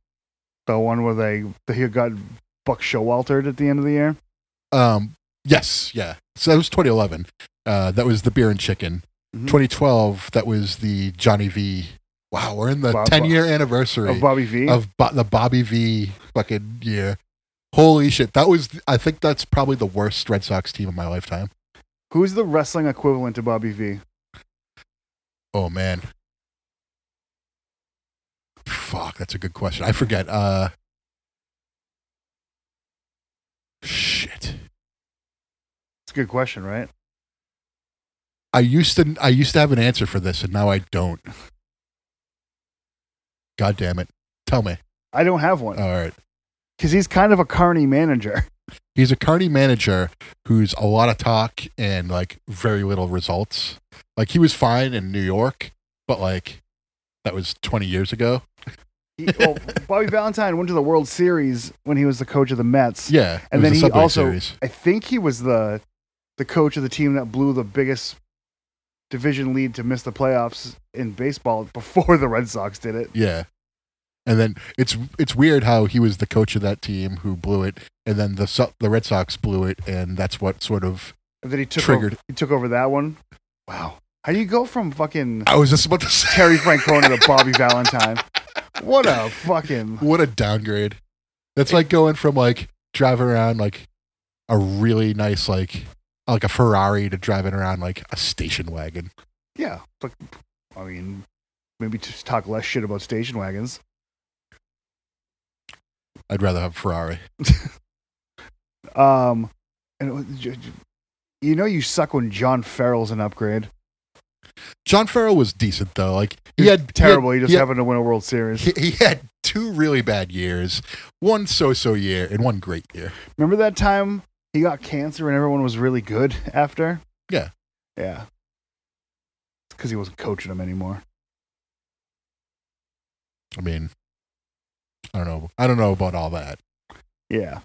S2: the one where they he got Buck Showaltered at the end of the year.
S1: Um, yes, yeah. So that was 2011. Uh, that was the beer and chicken.
S2: Mhm.
S1: 2012. That was the Johnny V. Wow, we're in the
S2: Bob-
S1: 10 year anniversary
S2: Of
S1: of,
S2: Bobby V.
S1: Bo- the Bobby V. Fucking year. Holy shit! That was. I think that's probably the worst Red Sox team of my lifetime.
S2: Who's the wrestling equivalent to Bobby V?
S1: Oh man. Fuck, that's a good question. I forget. Uh. Shit.
S2: It's a good question, right?
S1: I used to I used to have an answer for this, and now I don't. God damn it! Tell me.
S2: I don't have one
S1: All right.
S2: because he's kind of a carny manager.
S1: He's a Carney manager who's a lot of talk and like very little results. Like he was fine in New York, but like that was 20 years ago.
S2: He, well, Bobby Valentine went to the World Series when he was the coach of the Mets.
S1: Yeah. it was
S2: And then
S1: the
S2: he
S1: Subway
S2: also-
S1: Series.
S2: I think he was the the coach of the team that blew the biggest division lead to miss the playoffs in baseball before the Red Sox did it.
S1: Yeah. And then it's it's weird how he was the coach of that team who blew it, and then the So- the Red Sox blew it, and that's what sort of
S2: And then he took
S1: Triggered.
S2: Over, he took over that one. Wow. How do you go from fucking
S1: I was just about to say.
S2: Terry Francona to Bobby Valentine? What a fucking
S1: What a downgrade! That's like going from like driving around like a really nice like like a Ferrari to driving around like a station wagon.
S2: yeah. It's Like, I mean, maybe just talk less shit about station wagons.
S1: I'd rather have a Ferrari.
S2: Um, and it was j- j- you know you suck when John Farrell's an upgrade.
S1: John Farrell was decent though. Like
S2: He
S1: he had
S2: terrible. He, just
S1: yeah.
S2: happened to win a World Series.
S1: He, he had two really bad years, one so-so year and one great year.
S2: Remember that time he got cancer and everyone was really good after?
S1: Yeah.
S2: Yeah. Because he wasn't coaching them anymore.
S1: I mean, I don't know. I don't know about all that.
S2: Yeah.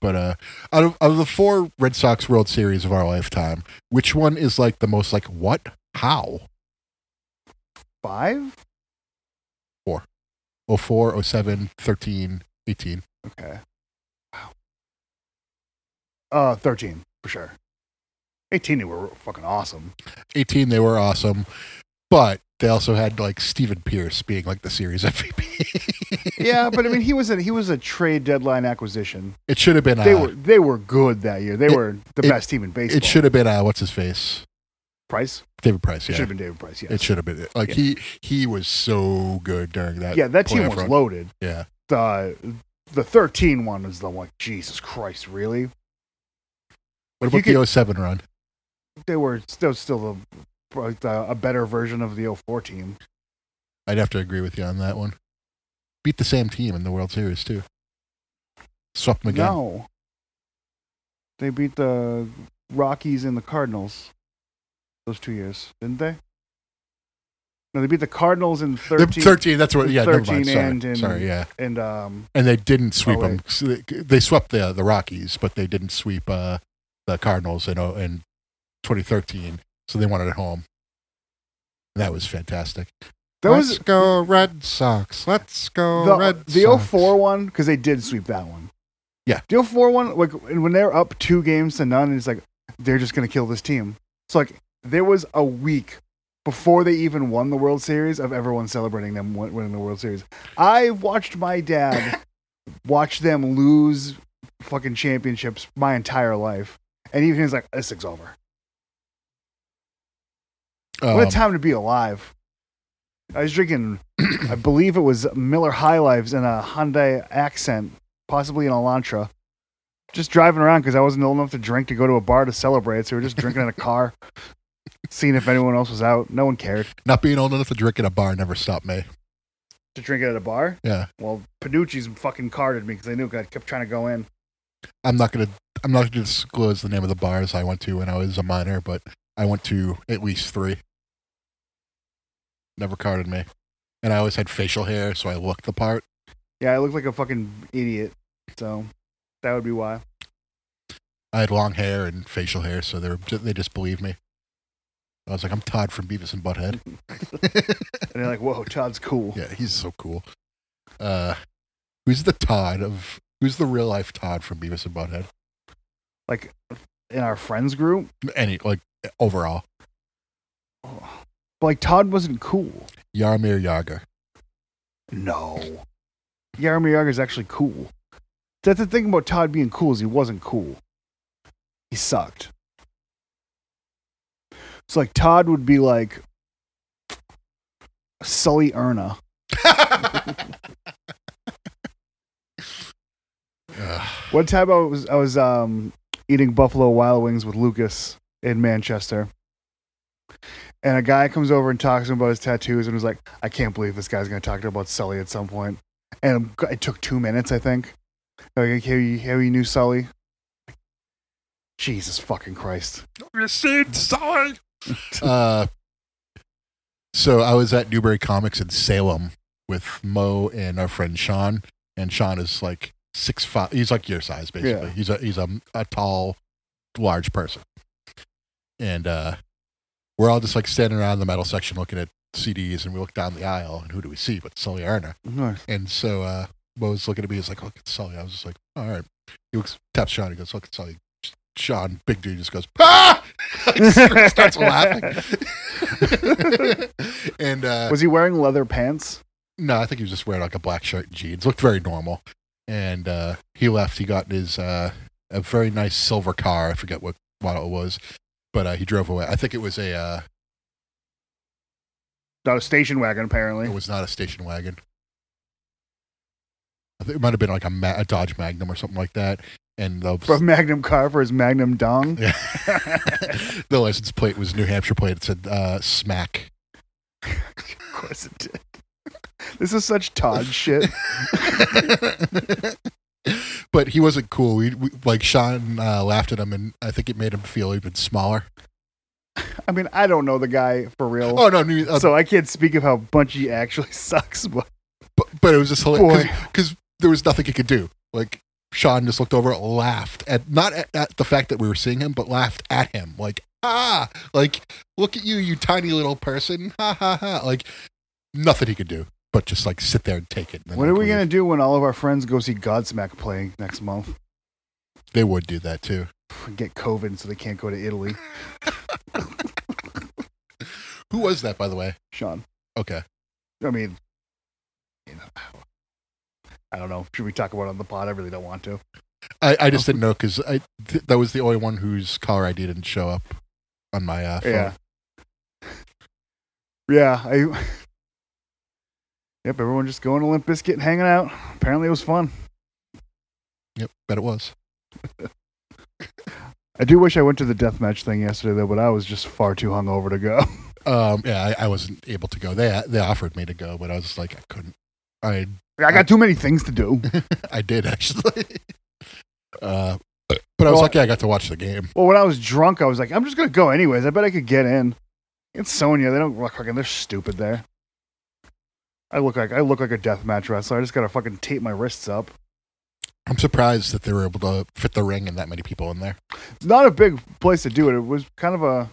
S1: But uh, out of out of the four Red Sox World Series of our lifetime, which one is like the most like what? How?
S2: Five?
S1: 04, 07, 13, 18.
S2: Okay. Wow. Uh, 13, for sure. 18, they were fucking awesome.
S1: 18 they were awesome, but they also had like Steven Pierce being like the series MVP.
S2: Yeah, but I mean, he was a, he was a trade deadline acquisition.
S1: it should have been uh,
S2: They were they were good that year. They
S1: It-
S2: were the
S1: it-
S2: best team in baseball.
S1: it should have been uh, what's his face?
S2: Price.
S1: David Price,
S2: It
S1: yeah.
S2: should have been David Price. Yes.
S1: It should have been like
S2: Yeah.
S1: he he was so good during that.
S2: yeah, that team
S1: playoff
S2: was
S1: run.
S2: loaded.
S1: Yeah,
S2: the the 13 one is the one like jesus christ really
S1: what
S2: You
S1: about
S2: could-
S1: the 07 run?
S2: they were still still a, like the, a better version of the 04 team
S1: I'd have to agree with you on that one. Beat the same team in the World Series too. Swept them again.
S2: no they beat the rockies and the cardinals those two years didn't they no they beat the cardinals in
S1: The
S2: 13
S1: 13, that's what. Yeah, never
S2: 13
S1: mind. Sorry,
S2: and in-
S1: sorry. Yeah,
S2: and um
S1: and they didn't sweep
S2: Oh,
S1: them. They swept the the Rockies, but they didn't sweep uh, the Cardinals in oh, in 2013. So they won it at home. That was fantastic.
S2: that
S1: Let's
S2: was
S1: go Red Sox. Let's go
S2: the,
S1: Red
S2: the
S1: Sox.
S2: 04 one because they did sweep that one
S1: Yeah.
S2: the 04 one like and when they're up two games to none it's like they're just gonna kill this team so like there was a week before they even won the world series of everyone celebrating them win- winning the world series i watched my dad watch them lose fucking championships my entire life and even he's like this thing's over what a
S1: Um,
S2: time to be alive i was drinking I believe it was Miller High Lives in a Hyundai accent, possibly an Elantra. Just driving around because I wasn't old enough to drink to go to a bar to celebrate. So we were just drinking in a car, seeing if anyone else was out. No one cared
S1: not being old enough to drink at a bar never stopped me.
S2: to drink it at a bar.
S1: Yeah.
S2: Well, Panucci's fucking carded me because they knew I kept trying to go in.
S1: I'm not gonna I'm not gonna disclose the name of the bars I went to when I was a minor, but I went to at least three. Never carded me, and I always had facial hair, so I looked the part.
S2: Yeah, I looked like a fucking idiot. So that would be why.
S1: I had long hair and facial hair, so they were, they just believed me. I was like, I'm Todd from Beavis and Butthead.
S2: And they're like, whoa, Todd's cool.
S1: yeah, he's so cool. Uh, who's the Todd of? Who's the real life Todd from Beavis and Butthead?
S2: Like in our friends group,
S1: Any like overall,
S2: but like Todd wasn't cool.
S1: Yarmir Yager.
S2: No. Yaromir Yager's actually cool. That's the thing about Todd being cool is he wasn't cool. He sucked. So like Todd would be like Sully Erna.
S1: Ugh.
S2: One time I was I was um, eating Buffalo Wild Wings with Lucas in Manchester, and a guy comes over and talks to him about his tattoos and was like, "I can't believe this guy's going to talk to him about Sully at some point." And it took two minutes, I think. Like, how you how you knew Sully? Jesus fucking Christ!
S1: received sorry. uh, so I was at Newberry Comics in Salem with Mo and our friend Sean, and Sean is like six five. He's like your size basically.
S2: Yeah.
S1: He's a he's a, a tall, large person, and uh, we're all just like standing around the metal section looking at CDs, and we look down the aisle, and who do we see but Sully Erna? And so uh, Mo was looking at me, he's like, "Look at Sully." I was just like, "All right." He looks taps Sean, he goes, "Look at Sully." Sean, big dude, just goes, "Ah!" starts laughing. and uh,
S2: Was he wearing leather pants?
S1: no, I think he was just wearing like a black shirt and jeans. Looked very normal. And uh, he left. He got in his uh, a very nice silver car. I forget what model it was, but uh, he drove away. I think it was a uh,
S2: Not a station wagon, apparently.
S1: it was not a station wagon. I think it might have been like a, Ma- a Dodge Magnum or something like that. And the
S2: For a Magnum car for his Magnum dong.
S1: Yeah. the license plate was New Hampshire plate. It said uh, "smack."
S2: Of course it did. This is such Todd shit.
S1: but he wasn't cool. We, we like Sean uh, laughed at him, and I think it made him feel even smaller.
S2: I mean, I don't know the guy for real,
S1: Oh no, new, uh,
S2: so I can't speak of how Bunchy actually sucks. But
S1: but, but it was just hilarious
S2: boy,
S1: because there was nothing he could do. Like Sean just looked over, laughed at not at, at the fact that we were seeing him, but laughed at him. Like ah, like look at you, you tiny little person. Ha ha ha. Like nothing he could do. But just like sit there and take it. and then,
S2: what are
S1: like,
S2: we
S1: leave.
S2: gonna do when all of our friends go see Godsmack play next month?
S1: They would do that too.
S2: Get COVID, so they can't go to Italy.
S1: Who was that, by the way?
S2: Sean,
S1: Okay.
S2: I mean, you know, I don't know. Should we talk about it on the pod? I really don't want to.
S1: I, I
S2: Oh.
S1: just didn't know because I th- that was the only one whose caller ID didn't show up on my uh, phone.
S2: Yeah. Yeah, I. Yep, everyone just going to Limp Bizkit and hanging out. Apparently, it was fun.
S1: Yep. Bet it was.
S2: I do wish I went to the deathmatch thing yesterday though, but I was just far too hungover to go.
S1: Um, yeah, I, I wasn't able to go. They they offered me to go, but I was just like I couldn't. I
S2: I got too many things to do.
S1: I did actually. uh, but I was
S2: Well,
S1: lucky I got to watch the game.
S2: Well, when I was drunk, I was like, I'm just gonna go anyways. I bet I could get in. It's Sonya. They don't look fucking. They're stupid there. I look like I look like a deathmatch wrestler. I just gotta fucking tape my wrists up.
S1: I'm surprised that they were able to fit the ring and that many people in there.
S2: It's not a big place to do it. It was kind of a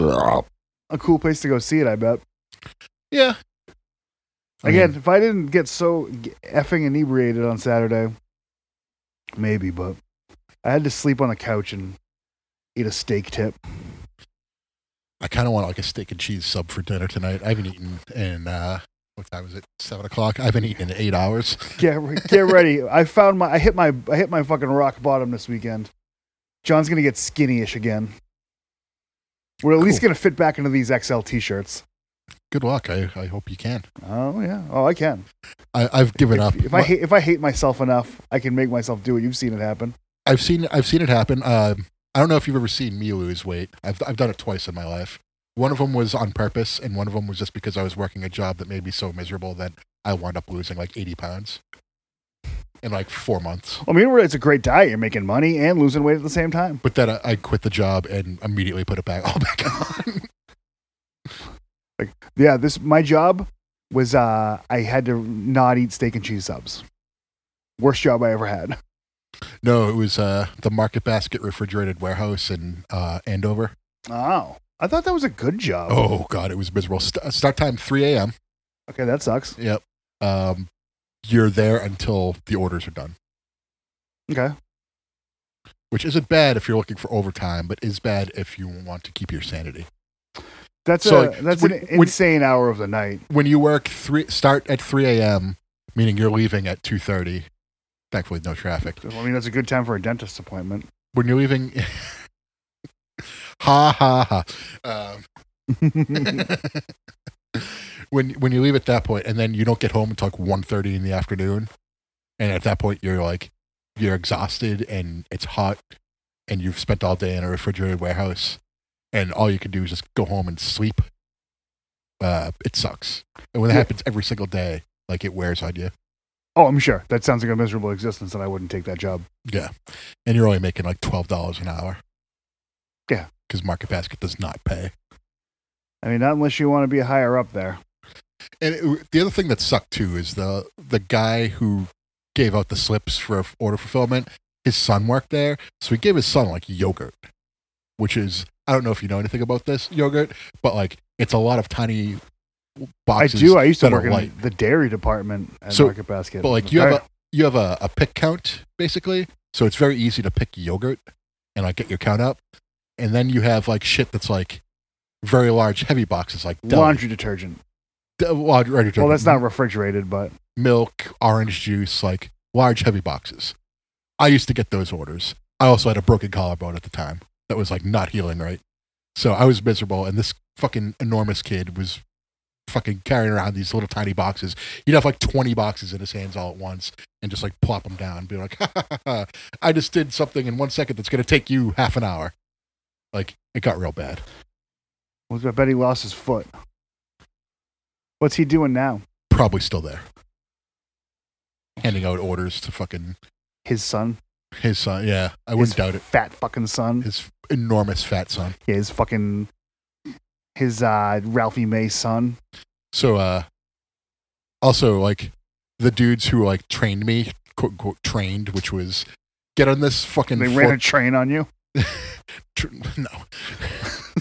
S2: a cool place to go see it. I bet.
S1: Yeah. I mean,
S2: Again, if I didn't get so g- effing inebriated on Saturday, maybe, but I had to sleep on a couch and eat a steak tip.
S1: I kind of want like a steak and cheese sub for dinner tonight. I haven't eaten in uh, what time was it? Seven o'clock. I haven't eaten in eight hours.
S2: Get re- get ready. I found my I hit my I hit my fucking rock bottom this weekend. John's gonna get skinny-ish again. We're at least
S1: Cool.
S2: gonna fit back into these XL t-shirts.
S1: Good luck. I, I hope you can.
S2: Oh yeah. Oh, I can.
S1: I, I've given up.
S2: If I hate if I hate myself enough, I can make myself do it. You've seen it happen.
S1: I've seen I've seen it happen. Um, I don't know if you've ever seen me lose weight. I've I've done it twice in my life. One of them was on purpose, and one of them was just because I was working a job that made me so miserable that I wound up losing like eighty pounds in like four months.
S2: I mean, we're- it's a great diet. You're making money and losing weight at the same time.
S1: But then I, I quit the job and immediately put it back all back on.
S2: Yeah, this my job was uh I had to not eat steak and cheese subs. Worst job I ever had.
S1: no, it was uh, the Market Basket refrigerated warehouse in uh, Andover.
S2: Oh. I thought that was a good job.
S1: Oh god, it was miserable. St- start time three a.m.
S2: Okay, that sucks.
S1: Yep. Um, you're there until the orders are done.
S2: Okay.
S1: which isn't bad if you're looking for overtime, but is bad if you want to keep your sanity.
S2: That's
S1: So,
S2: a
S1: like,
S2: that's
S1: when-
S2: an
S1: when-
S2: insane hour of the night.
S1: When you work three, start at 3 a.m., meaning you're leaving at 2:30. Thankfully, no traffic.
S2: I mean, that's a good time for a dentist appointment.
S1: When you're leaving, ha ha Uh, ha. Um, when when you leave at that point, and then you don't get home until like 1:30 in the afternoon, and at that point you're like you're exhausted and it's hot, and you've spent all day in a refrigerated warehouse, and all you can do is just go home and sleep. Uh, it sucks, and when that
S2: Yeah.
S1: happens every single day, like it wears on you.
S2: oh, I'm sure that sounds like a miserable existence, and I wouldn't take that job.
S1: Yeah, and you're only making like twelve dollars an hour.
S2: Yeah.
S1: because Market Basket does not pay.
S2: I mean, not unless you want to be higher up there.
S1: And it, the other thing that sucked too is the the guy who gave out the slips for order fulfillment. His son worked there, so he gave his son like yogurt, which is I don't know if you know anything about this yogurt, but like it's a lot of tiny boxes.
S2: I do. I used to
S1: that are
S2: work in
S1: white.
S2: the dairy department at
S1: So,
S2: Market Basket.
S1: But like you have a you have a, a pick count basically, so it's very easy to pick yogurt and like get your count up, and then you have like shit that's like very large heavy boxes like deli-
S2: laundry detergent.
S1: de- laundry right,
S2: Well, that's not refrigerated, but
S1: milk, orange juice, like large heavy boxes. I used to get those orders. I also had a broken collarbone at the time that was like not healing right. So I was miserable and this fucking enormous kid was fucking carrying around these little tiny boxes. He'd have like 20 boxes in his hands all at once and just like plop them down and be like, ha, ha, ha, ha, I just did something in one second that's going to take you half an hour. Like it got real bad.
S2: I bet he lost his foot. What's he doing now?
S1: Probably still there. Handing out orders to fucking
S2: His son,
S1: his son. Yeah, I wouldn't
S2: His
S1: doubt it.
S2: fat fucking son.
S1: his enormous fat son.
S2: Yeah, his fucking his uh, Ralphie May son.
S1: So, uh, also like the dudes who like trained me, quote unquote, trained, which was get on this fucking
S2: They
S1: fork-
S2: ran a train on you.
S1: tr- no.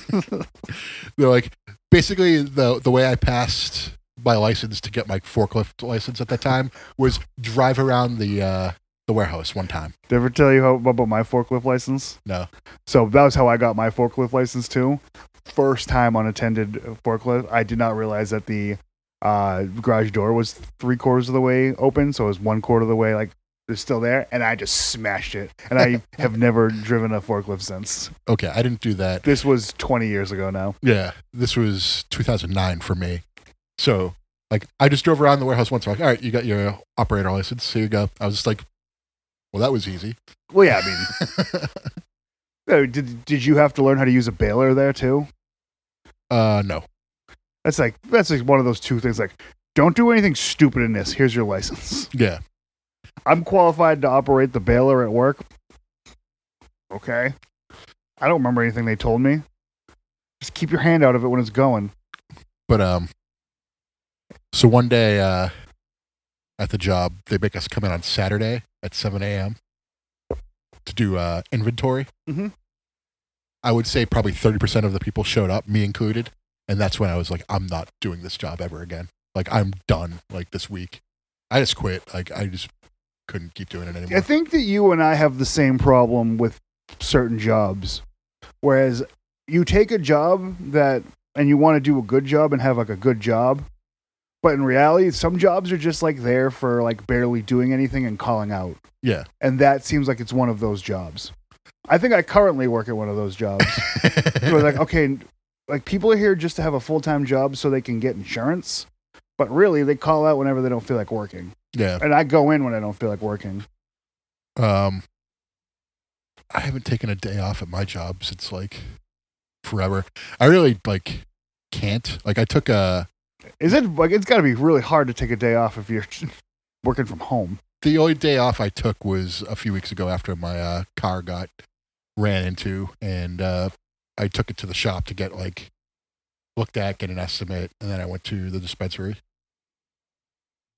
S1: They're like basically the the way I passed my license to get my forklift license at that time was drive around the uh, the warehouse one time.
S2: Did I ever tell you how, about my forklift license?
S1: No.
S2: So that was how I got my forklift license too. First time on attended forklift, I did not realize that the uh, garage door was three quarters of the way open, so it was one quarter of the way like it's still there, and I just smashed it. And I have never driven a forklift since.
S1: Okay, I didn't do that.
S2: This was 20 years ago now.
S1: Yeah, this was 2009 for me. So, like, I just drove around the warehouse once. Like, all right, you got your operator license. Here you go. I was just like, well, that was easy.
S2: Well, yeah, I mean, oh, did did you have to learn how to use a baler there too?
S1: uh, no.
S2: That's like that's like one of those two things. Like, don't do anything stupid in this. Here's your license.
S1: Yeah.
S2: I'm qualified to operate the baler at work. Okay. I don't remember anything they told me. Just keep your hand out of it when it's going.
S1: But, um, so one day, uh, at the job, they make us come in on Saturday at 7 a.m. to do, uh, inventory.
S2: Mhm.
S1: I would say probably 30% of the people showed up, me included. And that's when I was like, I'm not doing this job ever again. Like, I'm done, like, this week. I just quit. Like, I just couldn't keep doing it anymore.
S2: I think that you and I have the same problem with certain jobs. Whereas you take a job that and you want to do a good job and have like a good job. But in reality, some jobs are just like there for like barely doing anything and calling out.
S1: Yeah.
S2: And that seems like it's one of those jobs. I think I currently work at one of those jobs. It was like, okay, like people are here just to have a full time job so they can get insurance, but really they call out whenever they don't feel like working.
S1: yeah.
S2: And I go in when I don't feel like working.
S1: Um, I haven't taken a day off at my job since like forever. I really like can't. Like, I took a.
S2: Is it like it's got to be really hard to take a day off if you're working from home?
S1: The only day off I took was a few weeks ago after my uh, car got ran into, and uh, I took it to the shop to get like looked at, get an estimate, and then I went to the dispensary.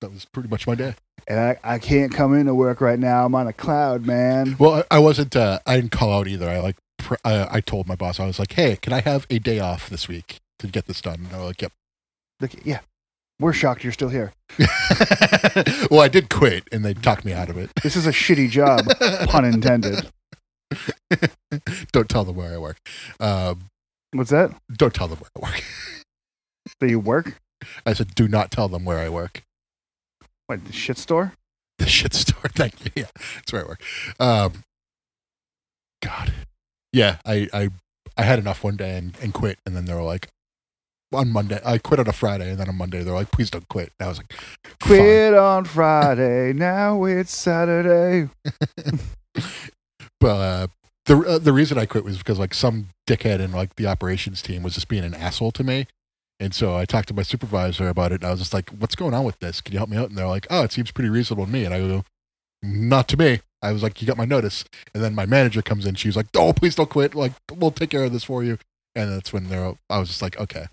S1: That was pretty much my day.
S2: And I, I can't come into work right now. I'm on a cloud, man.
S1: Well, I, I wasn't. Uh, I didn't call out either. I like. Pr- I, I told my boss I was like, "Hey, can I have a day off this week to get this done?" And they were like, "Yep."
S2: Like, yeah, we're shocked you're still here.
S1: well, I did quit, and they talked me out of it.
S2: This is a shitty job, pun intended.
S1: don't tell them where I work. Um,
S2: What's that?
S1: don't tell them where I work.
S2: That you work?
S1: I said, "Do not tell them where I work."
S2: What the shit store?
S1: the shit store. Thank you. Yeah, that's where I work. Um, God, yeah, I, I I had enough one day and, and quit, and then they were like, on Monday, I quit on a Friday, and then on Monday they're like, please don't quit. And I was like, fine.
S2: Quit on Friday. Now it's Saturday.
S1: But uh, the uh, the reason I quit was because like some dickhead in like the operations team was just being an asshole to me. And so I talked to my supervisor about it. And I was just like, "What's going on with this? Can you help me out?" And they're like, "Oh, it seems pretty reasonable to me." And I go, "Not to me." I was like, "You got my notice." And then my manager comes in. She's like, "Oh, please don't quit. Like, we'll take care of this for you." And that's when they're. I was just like, "Okay,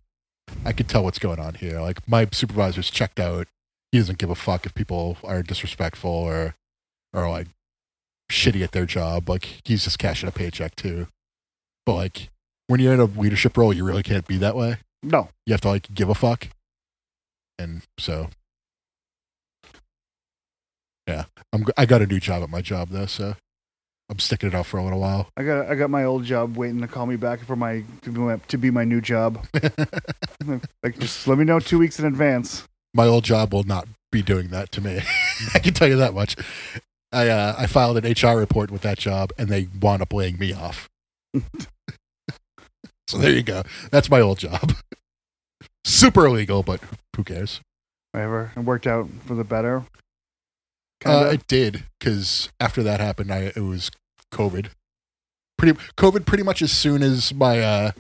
S1: I could tell what's going on here. Like, my supervisor's checked out. He doesn't give a fuck if people are disrespectful or, or like, shitty at their job. Like, he's just cashing a paycheck too." But like, when you're in a leadership role, you really can't be that way.
S2: No.
S1: You have to like give a fuck. And so, yeah, I'm. g- I got a new job at my job though, so I'm sticking it out for a little while.
S2: I got I got my old job waiting to call me back for my to be my, to be my new job. like just let me know two weeks in advance.
S1: my old job will not be doing that to me. I can tell you that much. I uh, I filed an HR report with that job, and they wound up laying me off. so there you go. That's my old job. Super illegal, but who cares?
S2: Whatever. It worked out for the better. Kinda.
S1: Uh, it did because after that happened, I it was COVID. Pretty COVID, pretty much as soon as my uh,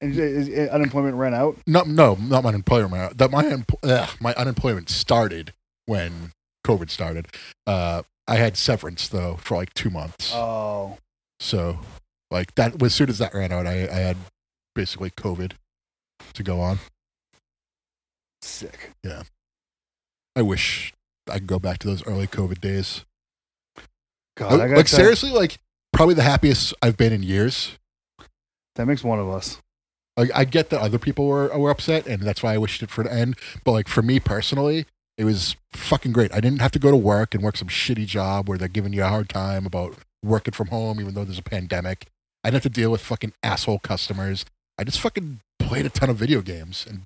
S2: and, is- is unemployment ran out.
S1: no no not my unemployment that my empl- ugh, my unemployment started when COVID started. Uh, I had severance though for like two months.
S2: Oh.
S1: So, like that, as soon as that ran out, I, I had basically COVID to go on.
S2: Sick.
S1: I wish I could go back to those early COVID days.
S2: God, Oh, I
S1: like
S2: gotta
S1: like,
S2: tell you,
S1: seriously, like probably the happiest I've been in years.
S2: That makes one of us.
S1: Like I get that other people were were upset, and that's why I wished it for an end. But like for me personally, it was fucking great. I didn't have to go to work and work some shitty job where they're giving you a hard time about working from home, even though there's a pandemic. I didn't have to deal with fucking asshole customers. I just fucking played a ton of video games and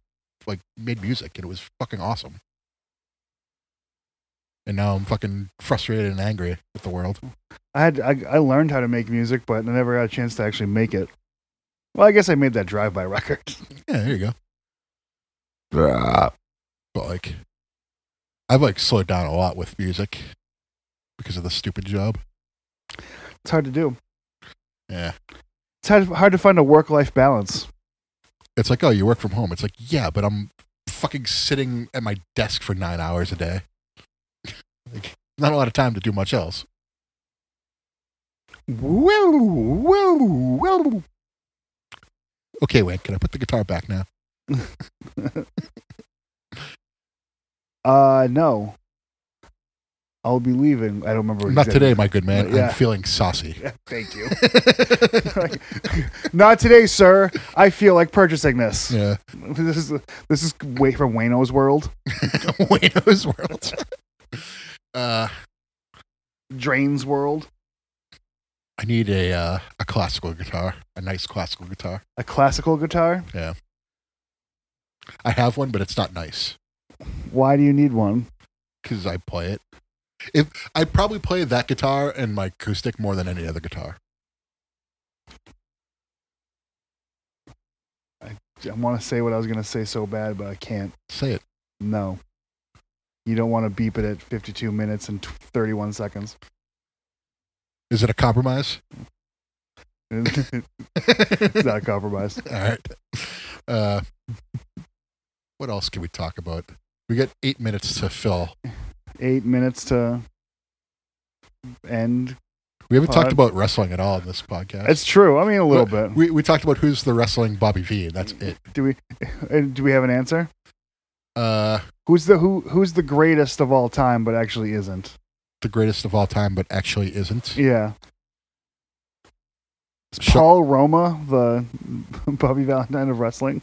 S1: like made music, and it was fucking awesome. And now I'm fucking frustrated and angry at the world.
S2: I had I, I learned how to make music, but I never got a chance to actually make it. Well, I guess I made that drive-by record.
S1: Yeah, there you go. But like, I've like slowed down a lot with music because of the stupid job.
S2: It's hard to do.
S1: Yeah,
S2: It's hard, hard to find a work-life balance.
S1: it's like oh, you work from home. It's like yeah, but I'm fucking sitting at my desk for nine hours a day. like, not a lot of time to do much else.
S2: Woo, woo, woo.
S1: Okay, wait, can I put the guitar back now?
S2: Uh, no. I'll be leaving. I don't remember.
S1: Not
S2: exactly-
S1: today, my good man.
S2: Yeah.
S1: I'm feeling saucy.
S2: Thank you. Not today, sir. I feel like purchasing this.
S1: yeah,
S2: This is this is way from Wayno's world.
S1: Wayno's world. uh,
S2: Drain's world.
S1: I need a uh, a classical guitar, a nice classical guitar.
S2: A classical guitar.
S1: I have one, but it's not nice
S2: Why do you need one?
S1: because I play it. If I probably play that guitar and my acoustic more than any other guitar.
S2: I want to say what I was gonna say so bad, but I can't.
S1: Say it.
S2: No. You don't want to beep it at 52 minutes and 31 seconds.
S1: Is it a compromise?
S2: it's not a compromise.
S1: All right. Uh, what else can we talk about? We got eight minutes to fill.
S2: Eight minutes to end.
S1: We haven't talked
S2: Pod.
S1: about wrestling at all in this podcast.
S2: It's true. I mean, a little bit.
S1: we, we talked about who's the wrestling Bobby V, and that's it.
S2: Do we? uh, Do we have an answer?
S1: Uh,
S2: Who's the who? Who's the greatest of all time, but actually isn't?
S1: the greatest of all time, but actually isn't.
S2: Yeah. Is
S1: Sha-
S2: Paul Roma, the Bobby Valentine of wrestling.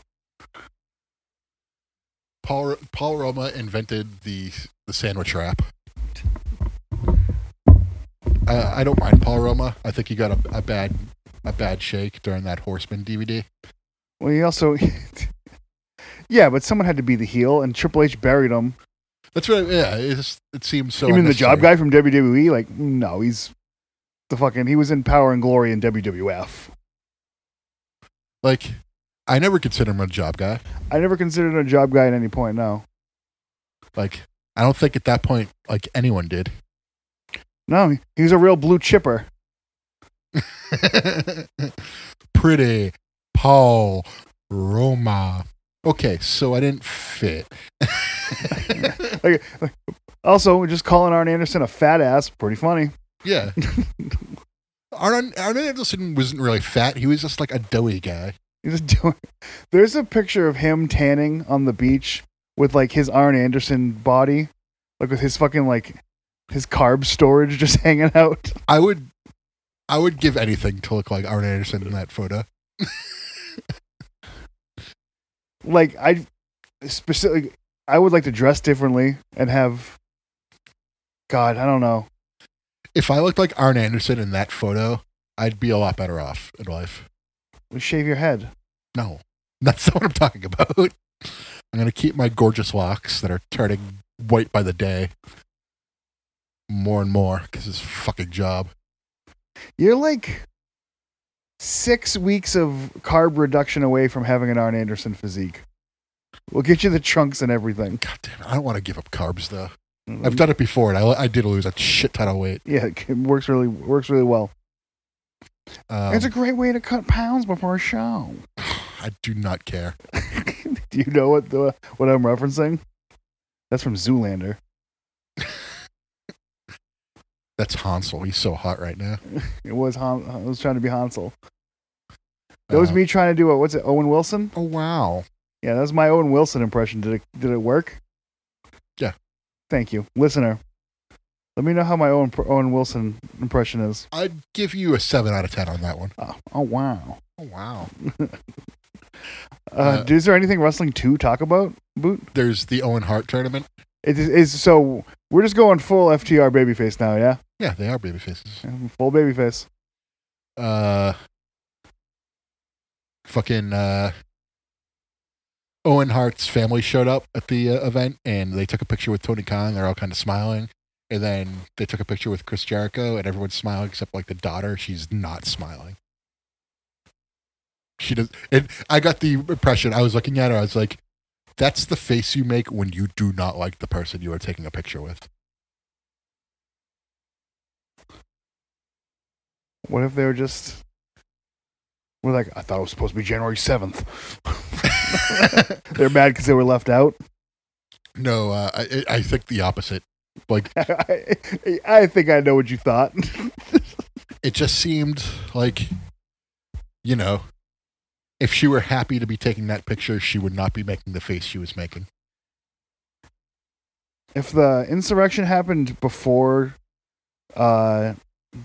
S1: Paul Paul Roma invented the the sandwich wrap. Uh, I, I don't mind Paul Roma. I think he got a, a bad a bad shake during that Horseman DVD.
S2: Well, he also. yeah, but someone had to be the heel, and Triple H buried him.
S1: That's what. I, yeah, it, just, it seems so.
S2: Even the job
S1: unnecessary.
S2: guy from WWE, like, no, he's the fucking. He was in Power and Glory in WWF.
S1: Like, I never consider him a job guy.
S2: I never considered him a job guy at any point. No,
S1: Like, I don't think at that point like anyone did.
S2: no, he- he was a real blue chipper.
S1: Pretty Paul Roma. Okay, so I didn't fit.
S2: Like, like, also, just calling Arn Anderson a fat ass, pretty funny.
S1: Yeah. Arn Arn Anderson wasn't really fat. He was just like a doughy guy.
S2: He's just doing. There's a picture of him tanning on the beach with like his Arn Anderson body, like with his fucking like his carb storage just hanging out.
S1: I would I would give anything to look like Arn Anderson in that photo.
S2: like I specifically I would like to dress differently and have God, I don't know.
S1: If I looked like Arn Anderson in that photo, I'd be a lot better off in life.
S2: Shave your head.
S1: No, that's not what I'm talking about. I'm going to keep my gorgeous locks that are turning white by the day more and more because it's a fucking job.
S2: You're like six weeks of carb reduction away from having an Arn Anderson physique. We'll get you the trunks and everything.
S1: God damn it. I don't want to give up carbs though.
S2: Mm.
S1: I've done it before and I, I did lose a shit ton of weight.
S2: Yeah, it works really works really well.
S1: Um,
S2: it's a great way to cut pounds before a show.
S1: I do not care.
S2: Do you know what the what I'm referencing? That's from Zoolander.
S1: That's Hansel. He's so hot right now.
S2: It was Han, I was trying to be Hansel. That was
S1: Uh,
S2: me trying to do a what's it? Owen Wilson?
S1: Oh, wow.
S2: Yeah, that was my Owen Wilson impression. Did it did it work?
S1: Yeah.
S2: Thank you, listener. Let me know how my Owen Owen Wilson impression is.
S1: I'd give you a 7 out of 10 on that one.
S2: Oh, oh wow.
S1: Oh, wow.
S2: Uh,
S1: Uh,
S2: is there anything wrestling to talk about? Boot.
S1: There's the Owen Hart tournament.
S2: It is, is so we're just going full FTR babyface now. Yeah,
S1: Yeah, they are baby faces.
S2: full babyface.
S1: Uh, fucking uh, Owen Hart's family showed up at the uh, event and they took a picture with Tony Khan. They're all kind of smiling. And then they took a picture with Chris Jericho and everyone's smiling except like the daughter. She's not smiling. She does. And I got the impression, I was looking at her, I was like, that's the face you make when you do not like the person you are taking a picture with.
S2: What if they were just? We're like, I thought it was supposed to be January seventh. They're mad because they were left out.
S1: No, uh, I, I think the opposite.
S2: I, I think I know what you thought.
S1: it just seemed like you know if she were happy to be taking that picture she would not be making the face she was making
S2: if the insurrection happened before uh,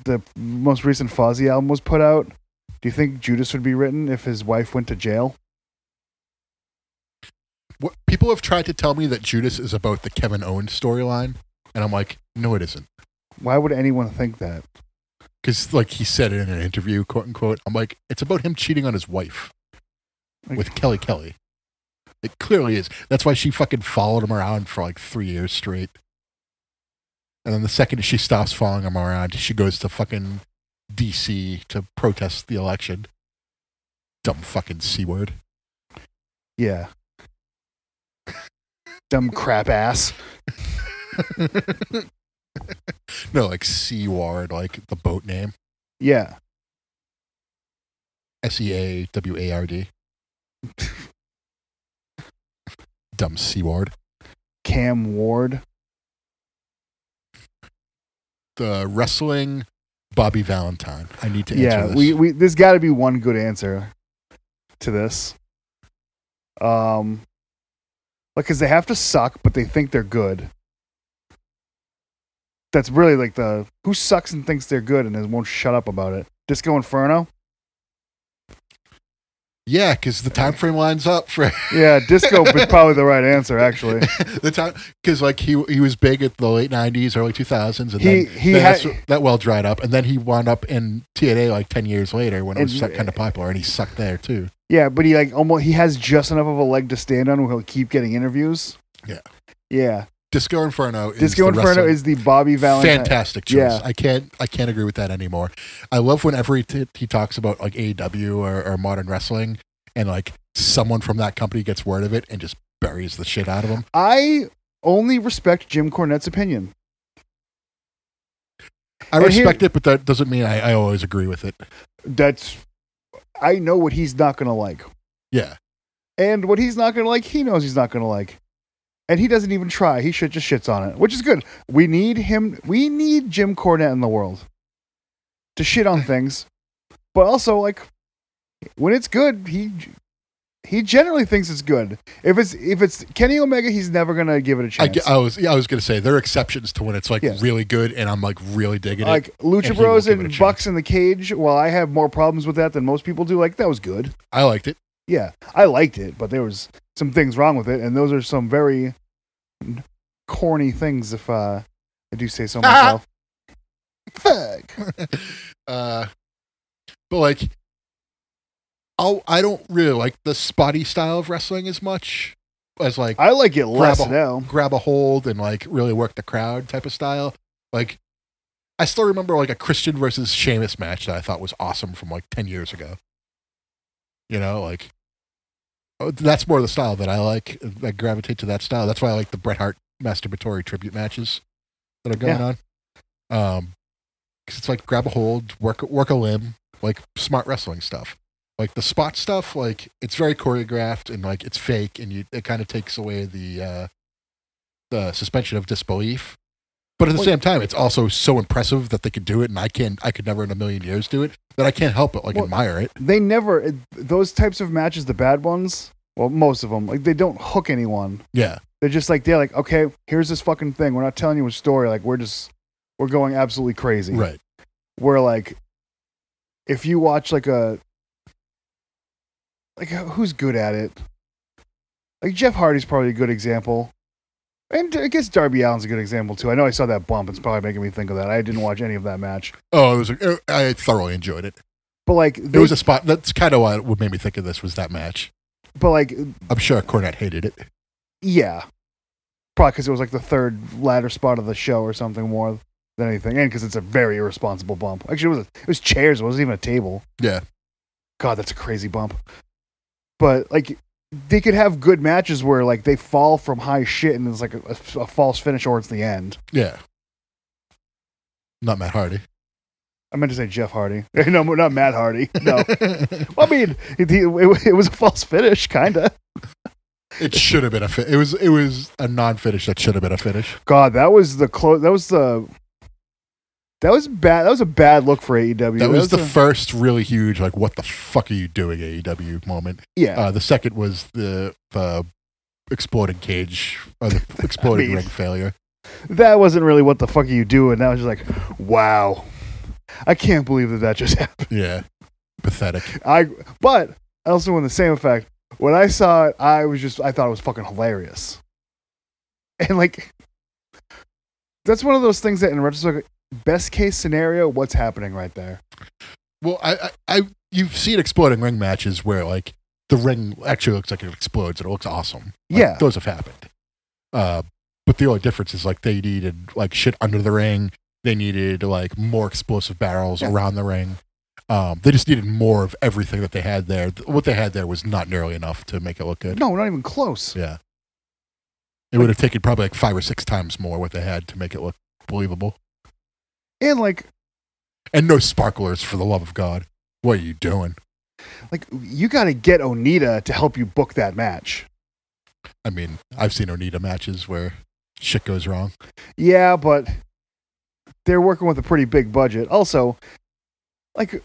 S2: the most recent Fozzy album was put out, do you think Judas would be written if his wife went to jail?
S1: what, people have tried to tell me that judas is about the kevin owens storyline and i'm like no it isn't
S2: Why would anyone think that?
S1: because like he said in an interview quote unquote i'm like it's about him cheating on his wife
S2: Like-
S1: with kelly kelly it clearly is that's why she fucking followed him around for like three years straight and then the second she stops following him around she goes to fucking dc to protest the election dumb fucking c word
S2: Yeah. Dumb crap ass.
S1: no like c word like the boat name
S2: Yeah.
S1: E s-e-a-w-a-r-d dumb c word
S2: Cam Ward.
S1: the wrestling Bobby Valentine. I need to answer
S2: yeah,
S1: this.
S2: we we there's got to be one good answer to this. Um, like, cause they have to suck, but they think they're good. That's really like the who sucks and thinks they're good and then won't shut up about it. Disco Inferno,
S1: yeah, because the time frame lines up for
S2: yeah, disco is probably the right answer. Actually,
S1: the time because like he he was big at the late nineties, early two thousands, and
S2: he
S1: then,
S2: he
S1: then
S2: had
S1: that's- that well dried up, and then he wound up in TNA like ten years later when it was
S2: And-
S1: kind of popular, and he sucked there too.
S2: yeah, but he like almost he has just enough of a leg to stand on where he'll keep getting interviews.
S1: Yeah.
S2: yeah.
S1: Disco Inferno is
S2: Disco
S1: the
S2: Inferno
S1: wrestling-
S2: is the Bobby Valentine.
S1: fantastic choice.
S2: Yeah.
S1: I can't I can't agree with that anymore. I love whenever he, t- he talks about like AEW or, or modern wrestling, and like someone from that company gets word of it and just buries the shit out of him.
S2: I only respect Jim Cornette's opinion.
S1: I
S2: And here-
S1: respect it, but that doesn't mean I, I always agree with it.
S2: that's I know what he's not gonna like.
S1: Yeah.
S2: And what he's not gonna like, he knows he's not gonna like. And he doesn't even try. He shit just shits on it, which is good. We need him we need Jim Cornette in the world to shit on things. But also like when it's good, he He generally thinks it's good. If it's if it's Kenny Omega, he's never gonna give it a
S1: I,
S2: chance.
S1: ge- I was yeah, I was gonna say there are exceptions to when it's like
S2: Yeah.
S1: really good and I'm like really digging it.
S2: like
S1: and
S2: Lucha
S1: he
S2: Bros
S1: won't give it a
S2: and
S1: chance.
S2: Bucks in the Cage. Well, I have more problems with that than most people do. Like that was good.
S1: I liked it.
S2: yeah, I liked it, but there was some things wrong with it, and those are some very corny things. If uh, I do say so myself. Fuck.
S1: uh, but like, I'll, I don't really like the spotty style of wrestling as much as like
S2: I like it less
S1: Grab a-
S2: now.
S1: grab a hold and like really work the crowd type of style. Like, I still remember like a Christian versus Sheamus match that I thought was awesome from like 10 years ago. You know, like, oh, that's more the style that I like. I gravitate to that style. That's why I like the Bret Hart masturbatory tribute matches that are going on. Um, 'cause it's like grab a hold, work, work a limb, like smart wrestling stuff. Like the spot stuff, like it's very choreographed and like it's fake, and you it kind of takes away the uh, the suspension of disbelief. But at the
S2: Well-
S1: same time, it's also so impressive that they could do it, and I can I could never in a million years do it. That I can't help but like
S2: Well-
S1: admire it.
S2: They never it- those types of matches, the bad ones. Well, most of them, like they don't hook anyone.
S1: Yeah,
S2: They're just like they're like, okay, here's this fucking thing. We're not telling you a story. Like we're just we're going absolutely crazy.
S1: right.
S2: where like if you watch like a like uh, who's good at it like jeff hardy's probably a good example and i guess darby allen's a good example too i know i saw that bump it's probably making me think of that i didn't watch any of that match
S1: Oh, it was. A, I thoroughly enjoyed it.
S2: but like
S1: It
S2: they,
S1: was a spot. That's kind of why what made me think of this was that match.
S2: but like
S1: I'm sure Cornette hated it.
S2: yeah probably because it was like the third ladder spot of the show or something more than anything and because it's a very irresponsible bump actually it was it was chairs it wasn't even a table
S1: Yeah.
S2: God, that's a crazy bump. But like, they could have good matches where like they fall from high shit and it's like a, a- a false finish or it's the end.
S1: Yeah. Not Matt Hardy.
S2: I meant to say Jeff Hardy. no, not Matt Hardy. No. Well, I mean, it, it, it was a false finish, kinda.
S1: it should have been a fi- it was it was a non-finish that should have been a finish.
S2: God, that was the close. That was the. That was bad. That was a E bad look for AEW.
S1: That was the
S2: a-
S1: first really huge like what the fuck are you doing AEW moment.
S2: yeah.
S1: Uh, the second was the the exploded cage or the exploded
S2: mean-
S1: ring failure.
S2: that wasn't really what the fuck are you doing. That was just like, wow, I can't believe that that just happened.
S1: Yeah. Pathetic.
S2: I but I also want the same effect. When I saw it, I was just I thought it was fucking hilarious. And like that's one of those things that in retrospect best case scenario, what's happening right there.
S1: Well, I, I, I you've seen exploding ring matches where like the ring actually looks like it explodes and it looks awesome. Like,
S2: Yeah.
S1: those have happened. Uh, but the only difference is like they needed like shit under the ring. They needed like more explosive barrels
S2: Yeah.
S1: around the ring. Um, they just needed more of everything that they had there. Th- What they had there was not nearly enough to make it look good.
S2: No, not even close.
S1: Yeah, it would have taken probably like five or six times more what they had to make it look believable.
S2: And like
S1: And no sparklers for the love of God. What are you doing?
S2: like you gotta get Onita to help you book that match.
S1: I mean, I've seen Onita matches where shit goes wrong.
S2: Yeah, but they're working with a pretty big budget. Also, like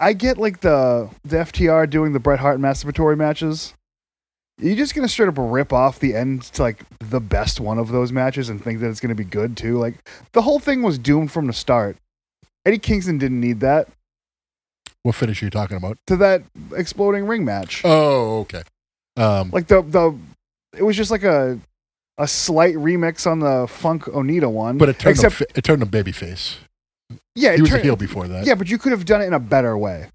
S2: I get like the the FTR doing the Bret Hart masturbatory matches. You're just gonna straight up rip off the end to like the best one of those matches and think that it's gonna be good too. Like the whole thing was doomed from the start. Eddie Kingston didn't need that
S1: What finish are you talking about?
S2: to that exploding ring match.
S1: Oh, okay. Um,
S2: Like the the it was just like a a slight remix on the Funk Onita one.
S1: but it turned
S2: except
S1: him, fa- it turned him babyface.
S2: yeah,
S1: He
S2: it
S1: was a
S2: turned,
S1: heel before that.
S2: yeah, but you could have done it in a better way.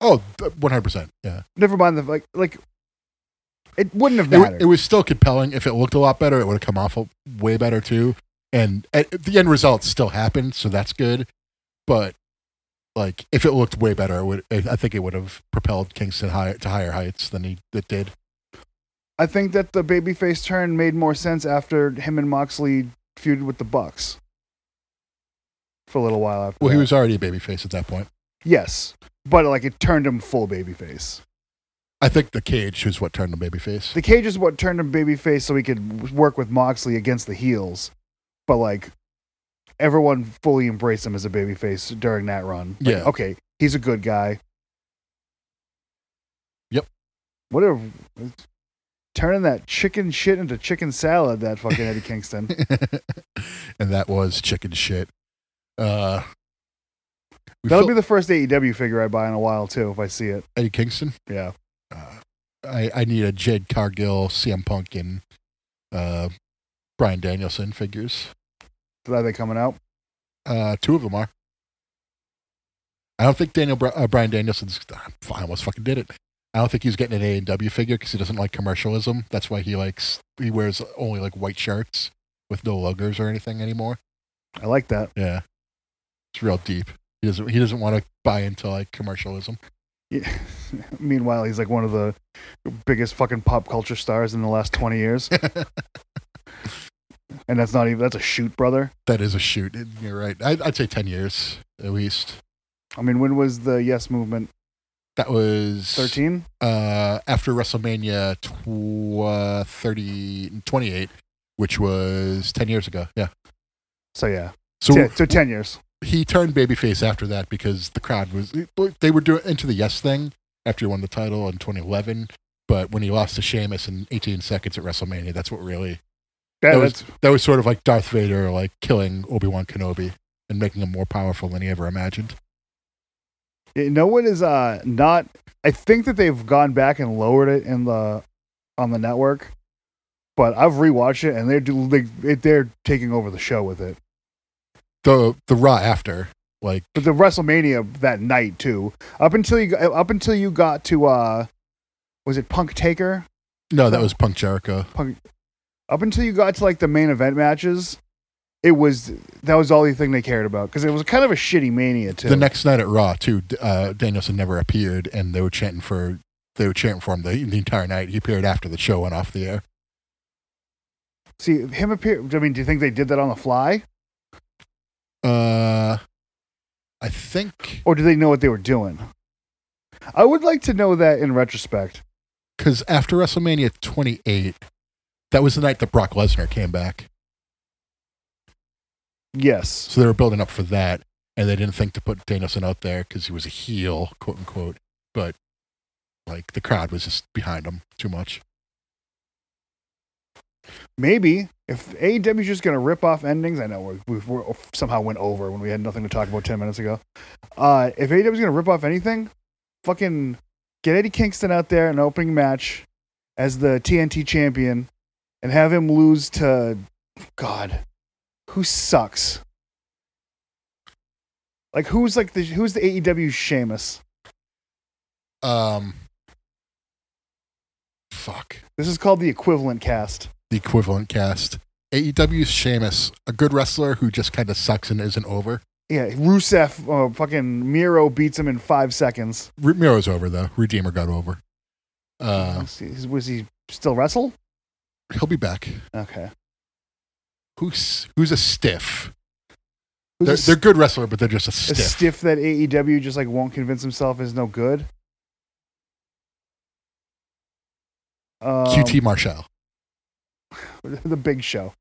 S1: Oh, th- 100%. Yeah.
S2: never mind the like like it wouldn't have
S1: It, wa-
S2: mattered.
S1: it was still compelling. If it looked a lot better, it would have come off a- way better too. And at, the end result still happened, so that's good. But like, if it looked way better, it would, I I think it would have propelled Kingston higher, to higher heights than he it did.
S2: I think that the babyface turn made more sense after him and Moxley feuded with the Bucks for a little while after.
S1: Well, he
S2: that.
S1: was already a babyface at that point.
S2: yes, but like it turned him full babyface.
S1: I think the cage was what turned him babyface.
S2: The cage is what turned him babyface, so he could work with Moxley against the heels. But like everyone fully embraced him as a babyface during oh. that run. Like,
S1: Yeah.
S2: okay, he's a good guy.
S1: Yep.
S2: What if turning that chicken shit into chicken salad? That fucking Eddie Kingston.
S1: and that was chicken shit. Uh, we
S2: That'll be
S1: felt-
S2: the first AEW figure I buy in a while too, if I see it.
S1: Eddie Kingston.
S2: Yeah.
S1: Uh, I I need a Jed Cargill, CM Punk, and uh, Brian Danielson figures.
S2: Are they coming out?
S1: Uh, two of them are. I don't think Daniel Br- uh, Brian Danielson's. I almost fucking did it. I don't think he's getting an A and W figure because he doesn't like commercialism. That's why he likes he wears only like white shirts with no logos or anything anymore.
S2: I like that.
S1: Yeah, it's real deep. He doesn't he doesn't want to buy into like commercialism.
S2: Yeah. Meanwhile, he's like one of the biggest fucking pop culture stars in the last twenty years. and that's not even that's a shoot, brother.
S1: That is a shoot. You're right. I, I'd say ten years at least.
S2: I mean, when was the Yes Movement?
S1: That was
S2: Thirteen.
S1: uh, after WrestleMania tw- uh, 30, 28, which was 10 years ago. Yeah.
S2: So yeah.
S1: So
S2: Ten- so ten years.
S1: he turned babyface after that because the crowd was, they were doing into the yes thing after he won the title in 2011. But when he lost to Sheamus in 18 seconds at WrestleMania, that's what really,
S2: Yeah,
S1: That was-
S2: that's
S1: that was sort of like Darth Vader, like killing Obi Wan Kenobi and making him more powerful than he ever imagined.
S2: You know what is uh not I think that they've gone back and lowered it in the on the network. But I've rewatched it and they're do, like, it, they're taking over the show with it.
S1: The, the Raw after, like,
S2: But the WrestleMania that night too. Up until you got- up until you got to uh was it Punk Taker?
S1: no, that was Punk Jericho.
S2: Up until you got to like the main event matches, it was that was all the thing they cared about cuz it was kind of a shitty mania too.
S1: The next night at Raw, too, D- uh, Danielson never appeared, and they were chanting for they were chanting for him the, the entire night. He appeared after the show went off the air.
S2: See him appear I mean, do you think they did that on the fly
S1: Uh, I think
S2: or do they know what they were doing? I would like to know that in retrospect.
S1: because after WrestleMania 28, that was the night that Brock Lesnar came back,
S2: Yes.
S1: so they were building up for that, and they didn't think to put Danielson out there because he was a heel, quote unquote. But like the crowd was just behind him too much.
S2: Maybe if AEW's just going to rip off endings, I know we we we're somehow went over when we had nothing to talk about 10 minutes ago. Uh, if AEW's going to rip off anything, fucking get Eddie Kingston out there in an opening match as the TNT champion and have him lose to God. Who sucks? Like who's like the who's the AEW Sheamus?
S1: Um, fuck.
S2: This is called the equivalent cast.
S1: the equivalent cast. AEW's Sheamus, a good wrestler who just kind of sucks and isn't over.
S2: Yeah, Rusev, uh, fucking Miro beats him in five seconds.
S1: Re- Miro's over though. Redeemer got over. Uh,
S2: Was he, was he still wrestle?
S1: he'll be back.
S2: Okay.
S1: Who's who's a stiff?
S2: Who's
S1: They're,
S2: a,
S1: they're good wrestler, but they're just a
S2: stiff.
S1: stiff.
S2: a stiff that AEW just like won't convince himself is no good? Um,
S1: QT Marshall.
S2: the Big Show.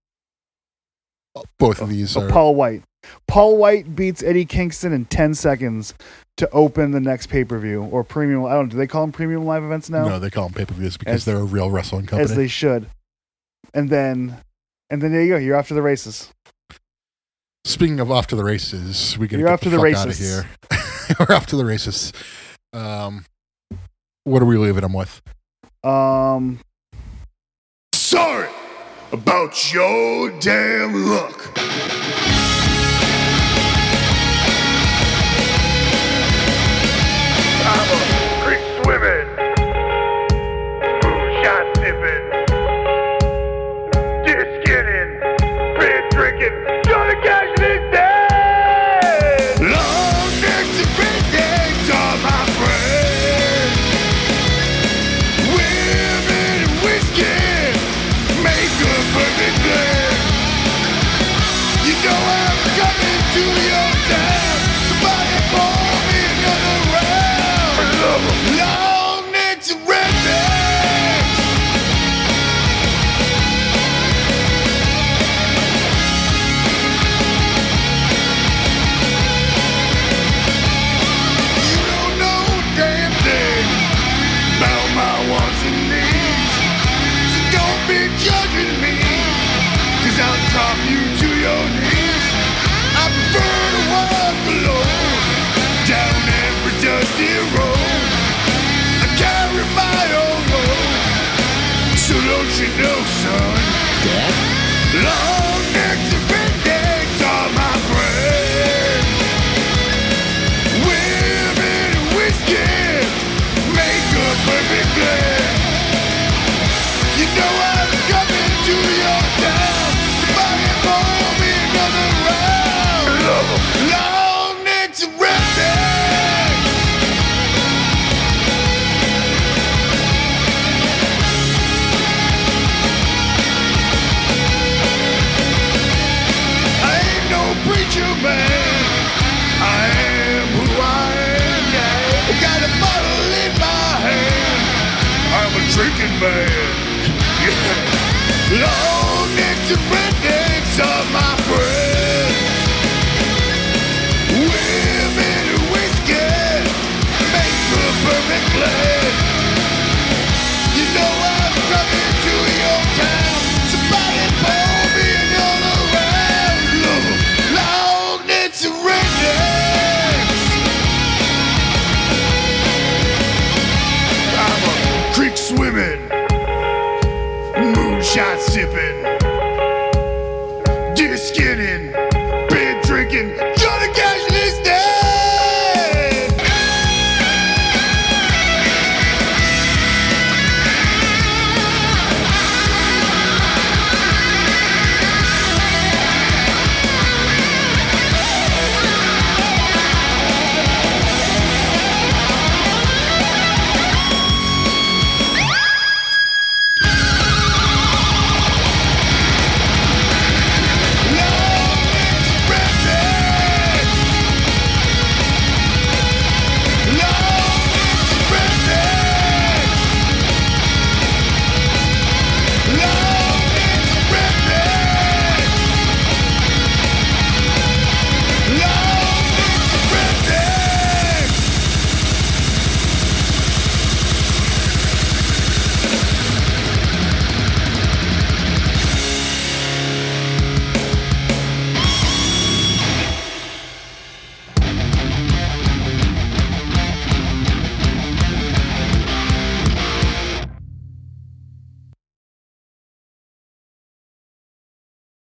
S1: Both of these
S2: Oh,
S1: are.
S2: Paul White. Paul White beats Eddie Kingston in ten seconds to open the next pay per view or premium. I don't. Do they call them premium live events now?
S1: no. they call them pay per views because
S2: As-
S1: they're a real wrestling
S2: as
S1: company.
S2: they should. And then, and then there you go. You're after the races.
S1: Speaking of off to the races, we gotta
S2: You're
S1: get
S2: off
S1: the,
S2: to the
S1: fuck out of
S2: races.
S1: here. We're off to the races. Um, what are we leaving them with?
S2: Um,
S3: Sorry about your damn luck.
S4: I'm a creek swimming, moonshine sipping, get skinning, beer drinking, Johnny Cash is dead.
S3: Long necks and great necks are my friends. Women and whiskey make a perfect blend. You know I'm you know, son.
S1: Dad?
S3: Long necks and big necks are my friend. Women and whiskey make a perfect blend. You know I'm coming to your town. Somebody pour me another round. Long necks and rednecks. I ain't no preacher man. I am who I am. I got a bottle in my hand. I'm a drinking man. Yeah. Long necks and rednecks are my friends. Women and whiskey make the perfect blend. You know I'm coming to your town. Somebody pour me another round. Long necks and rednecks. I'm a creek swimming, moonshot sipping,